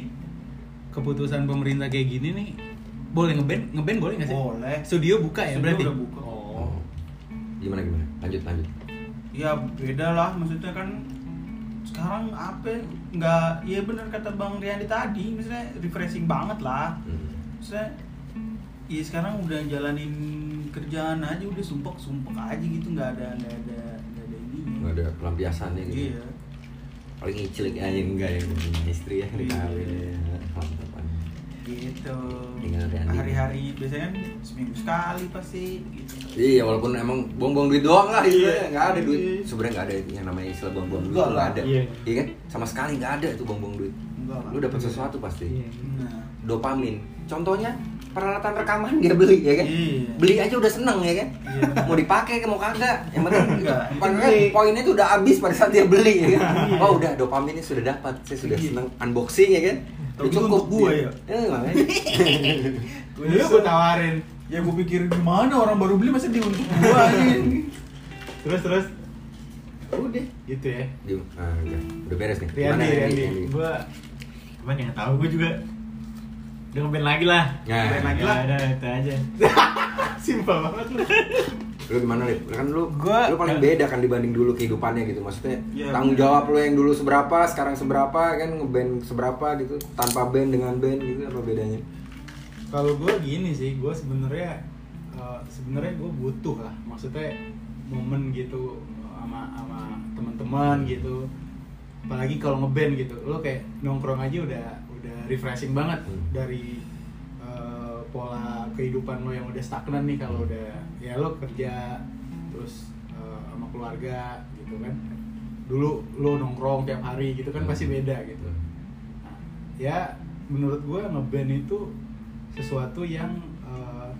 keputusan pemerintah kayak gini nih boleh ngeband ngeband boleh nggak sih?
Boleh.
Studio buka ya
Studio
berarti.
udah buka.
Oh. gimana gimana lanjut lanjut
ya beda lah maksudnya kan sekarang apa nggak ya bener kata bang Riyadi tadi misalnya refreshing banget lah
Hmm.
maksudnya ya sekarang udah jalanin kerjaan aja udah sumpek sumpek aja gitu nggak ada nggak ada nggak ada ini
nggak ada pelampiasannya gitu
iya
paling ngicilik aja enggak ya punya istri ya
Iya.
dikawin ya Mantap, aja.
gitu
Tinggal Riyadi.
hari-hari biasanya kan seminggu sekali pasti gitu
Iya, walaupun emang buang-buang duit doang lah gitu ya.
Iya.
Nggak ada duit.
Iya.
Sebenarnya nggak ada yang namanya istilah buang-buang duit.
Nggak
tuh
lah.
Nggak ada.
Iya.
Iya. kan? Sama sekali nggak ada itu buang-buang duit.
Nggak lah.
Lu dapat sesuatu pasti.
Iya.
nah
Dopamin. Contohnya peralatan rekaman dia beli ya kan?
Iya.
Beli aja udah seneng ya kan? Mau dipakai mau kagak? Yang penting
Nggak.
Padahal
Beli.
poinnya tuh udah habis pada saat dia beli ya kan? Oh udah dopaminnya sudah dapat. Saya sudah
Iya.
seneng unboxing ya kan?
Tapi itu untuk gua ya.
Eh, makanya.
Iya,
Dulu gue tawarin.
ya gue pikir gimana orang baru beli masa dia untuk gua anjing
terus terus
udah
gitu ya
Gim- ah, udah. Udah beres nih.
Iya,
Riyadi
Gimana,
Riyadi
Riyadi?
gue cuman yang tahu gue juga udah ngeband lagi lah
Nah.
Ngeband lagi lah.
Ya udah itu aja simpel banget lu
lu gimana lip? Lu kan lu
Gua-
lu paling beda kan dibanding dulu kehidupannya gitu maksudnya
Iya,
tanggung
bener.
jawab lu yang dulu seberapa sekarang seberapa kan ngeband seberapa gitu tanpa band dengan band gitu apa bedanya
Kalau gue gini sih, gue sebenarnya eh, sebenarnya gue butuh lah. Maksudnya momen gitu sama sama teman-teman gitu. Apalagi kalau ngeband gitu, lo kayak nongkrong aja udah udah refreshing banget
Hmm.
dari eh, pola kehidupan lo yang udah stagnan nih kalau udah ya lo kerja terus eh, sama keluarga gitu kan. Dulu lo nongkrong tiap hari gitu kan pasti beda gitu
Hmm.
ya menurut gue ngeband itu sesuatu yang uh,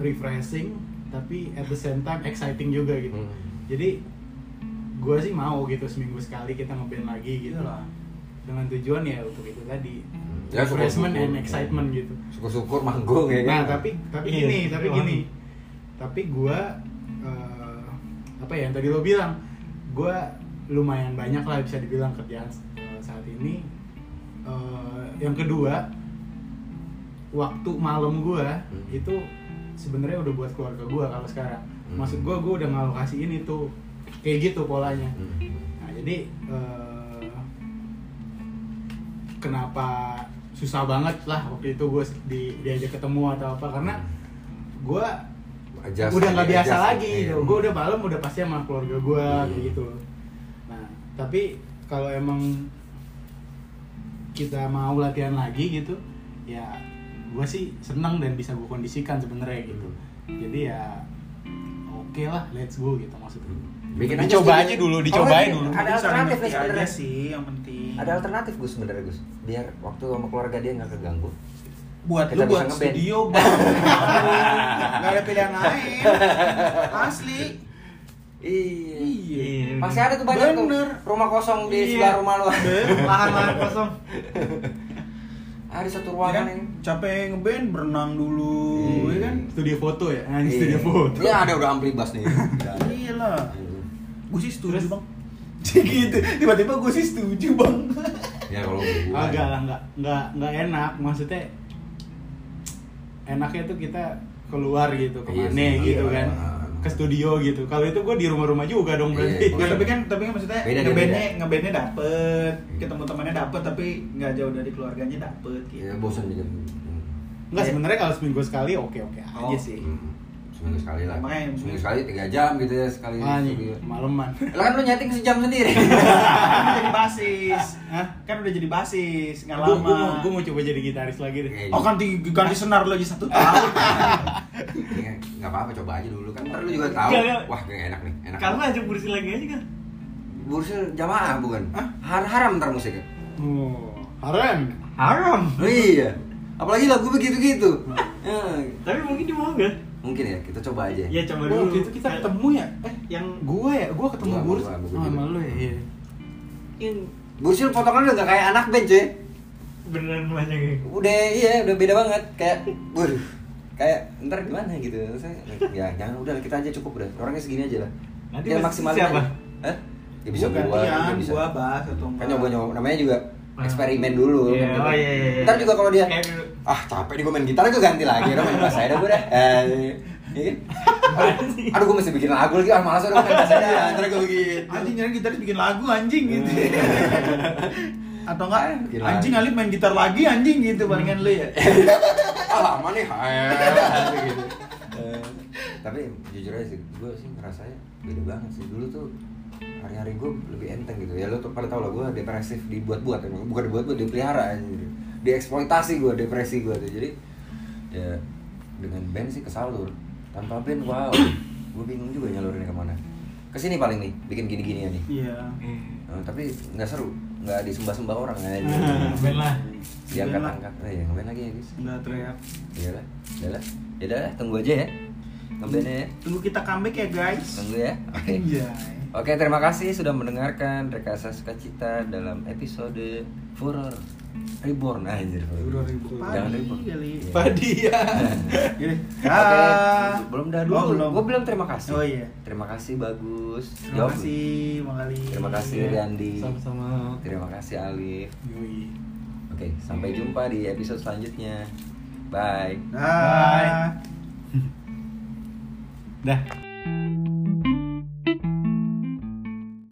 refreshing tapi at the same time exciting juga gitu
Hmm.
jadi gue sih mau gitu seminggu sekali kita ngeband lagi gitu
Iyalah.
dengan tujuan ya untuk itu tadi
Ya, syukur-syukur.
refreshment and excitement gitu
syukur-syukur manggung ya
nah
kan
tapi tapi
Iya,
gini tapi
emang.
gini tapi gua eh, apa ya yang tadi lo bilang gua lumayan banyak lah bisa dibilang kerjaan eh, saat ini Eh, yang kedua waktu malam gua
Hmm.
itu sebenarnya udah buat keluarga gua kalau sekarang
Hmm.
maksud gua gua udah ngalokasiin itu kayak gitu polanya
Hmm.
Nah, jadi eh, kenapa susah banget lah waktu itu gue di, diajak ketemu atau apa karena
Hmm.
gue
Adjust,
udah nggak biasa
adjust,
lagi
iya.
gue udah malam udah pasti sama keluarga gue
Hmm.
kayak gitu nah tapi kalau emang kita mau latihan lagi gitu ya gue sih senang dan bisa gue kondisikan sebenarnya gitu jadi ya oke lah let's go gitu maksudnya
Hmm. Bikin
Dicoba
sendiri.
aja dulu,
Oh,
dicobain
iya.
dulu.
ada
Tapi saling
alternatif nih
ngerti aja
sebenarnya
sih yang penting
ada alternatif gus sebenarnya gus biar waktu sama keluarga dia nggak keganggu
buat
Kita
lu buat
bisa ngeband.
studio bang nggak ada pilihan lain asli
iya
Iya.
pasti ada tuh banyak tuh
Bener.
rumah kosong di
Iya.
sebelah rumah lu
lahan-lahan kosong
ada satu
Iya
ya
ruangan
kan?
ini
capek ngeband berenang dulu
Iya.
ya kan
studio foto ya nah, ini
Iya.
studio foto
Iya, ada udah amplibas nih. Udah ada.
iya lah gue sih setuju
Terus?
bang gitu tiba-tiba gue sih setuju bang
ya kalau gua-
agak lah nggak nggak nggak enak maksudnya enaknya tuh kita keluar gitu
Iya
kemana
sih,
gitu
iya.
kan ke studio gitu kalau itu gue di rumah-rumah juga dong
Iya,
berarti
iya.
Ya, tapi kan tapi kan maksudnya
Beda,
ngebandnya
beda.
ngebandnya dapet ketemu temannya dapet tapi nggak jauh dari keluarganya dapet gitu
Ya bosan juga.
nggak
Iya.
sebenarnya kalau seminggu sekali oke oke aja
Oh.
sih
Hmm. Seminggu sekali lah.
Makanya-
Seminggu sekali tiga jam gitu ya sekali.
anjing
studio.
malaman
Lah kan lu nyeting sejam sendiri.
kan udah jadi basis
Hah?
kan udah jadi basis nggak
gue
lama
mau gue mau coba jadi gitaris lagi deh
Iya.
oh
kan.
ganti ganti senar lagi satu tahun
Iya, Nggak apa-apa coba aja dulu kan. Ntar lu juga tahu.
Iya, iya.
Wah, kayak enak nih, enak.
karena aja kursi lagi aja kan
bursa jamaah bukan? Har haram ntar musiknya.
oh, haram
haram
Oh, iya. Apalagi lagu begitu-gitu. Ya,
tapi mungkin dia mau gak?
Mungkin ya, kita coba aja.
ya coba
Wah,
dulu
waktu itu kita ketemu ya eh
yang
Gua ya, gua ketemu
Gua sama
Bursa
gua, gua
Oh, sama
juga.
lu ya. Iya.
yang
Bursil potongan udah gak kayak anak band cuy
beneran panjang ya
Udah iya udah beda banget Kayak waduh kayak ntar gimana gitu saya ya jangan udah lah, kita aja cukup udah orangnya segini aja lah
Nanti
ya,
mas-
maksimalin
siapa?
aja. Hah? ya bisa
Gua
gua
gantian,
ya bisa
gua bahas atau
kan
enggak.
nyoba nyoba namanya juga
Ah.
eksperimen dulu kan.
Iya, oh, iya, iya, iya.
ntar juga kalau dia
Kayak dulu.
ah capek nih gue main gitar gue ganti lagi udah main bass aja dah gue dah Eh, iya kan? aduh, aduh gue mesti bikin lagu lagi ah malas udah gua gitu. main bass aja ntar gue bikin
Anjing nyari gitaris bikin lagu anjing gitu. atau enggak eh,
Bikin lagu.
anjing Alif main gitar lagi anjing gitu palingan lu ya.
ah lama nih hai gitu. Eh, tapi jujur aja sih gue sih ngerasanya beda banget sih dulu tuh hari-hari gue lebih enteng gitu ya lo tuh pada tau lah gue depresif dibuat-buat emang bukan dibuat-buat dipelihara aja gitu. dieksploitasi gue depresi gue tuh jadi ya dengan band sih kesalur tanpa band wow gue bingung juga nyalurinnya kemana kesini paling nih bikin gini-ginian nih
iya
Eh, tapi nggak seru nggak disembah-sembah orang aja
Ben lah
diangkat-angkat eh ya ngapain lagi ya guys
nggak teriak
Iyalah, iyalah, iyalah, tunggu aja iya ya. Ngebandnya ya,
tunggu kita comeback ya guys
tunggu ya. Oke.
iya
Oke, terima kasih sudah mendengarkan Rekasa Sukacita dalam episode Furor Reborn Ah, anjir. Furor Reborn. Jangan
Padi
Reborn.
kali.
Iya.
Padi ya.
Gini.
Oke,
Ah.
belum dah dulu.
Oh, belum.
Gue belum terima kasih.
Oh, iya.
Terima kasih bagus.
terima
Jawab lu.
kasih Iya. Bang Ali
Terima kasih Riyandi.
sama-sama
Terima kasih Alif.
Yoi.
Oke, sampai jumpa di episode selanjutnya. Bye.
Dah.
Dah.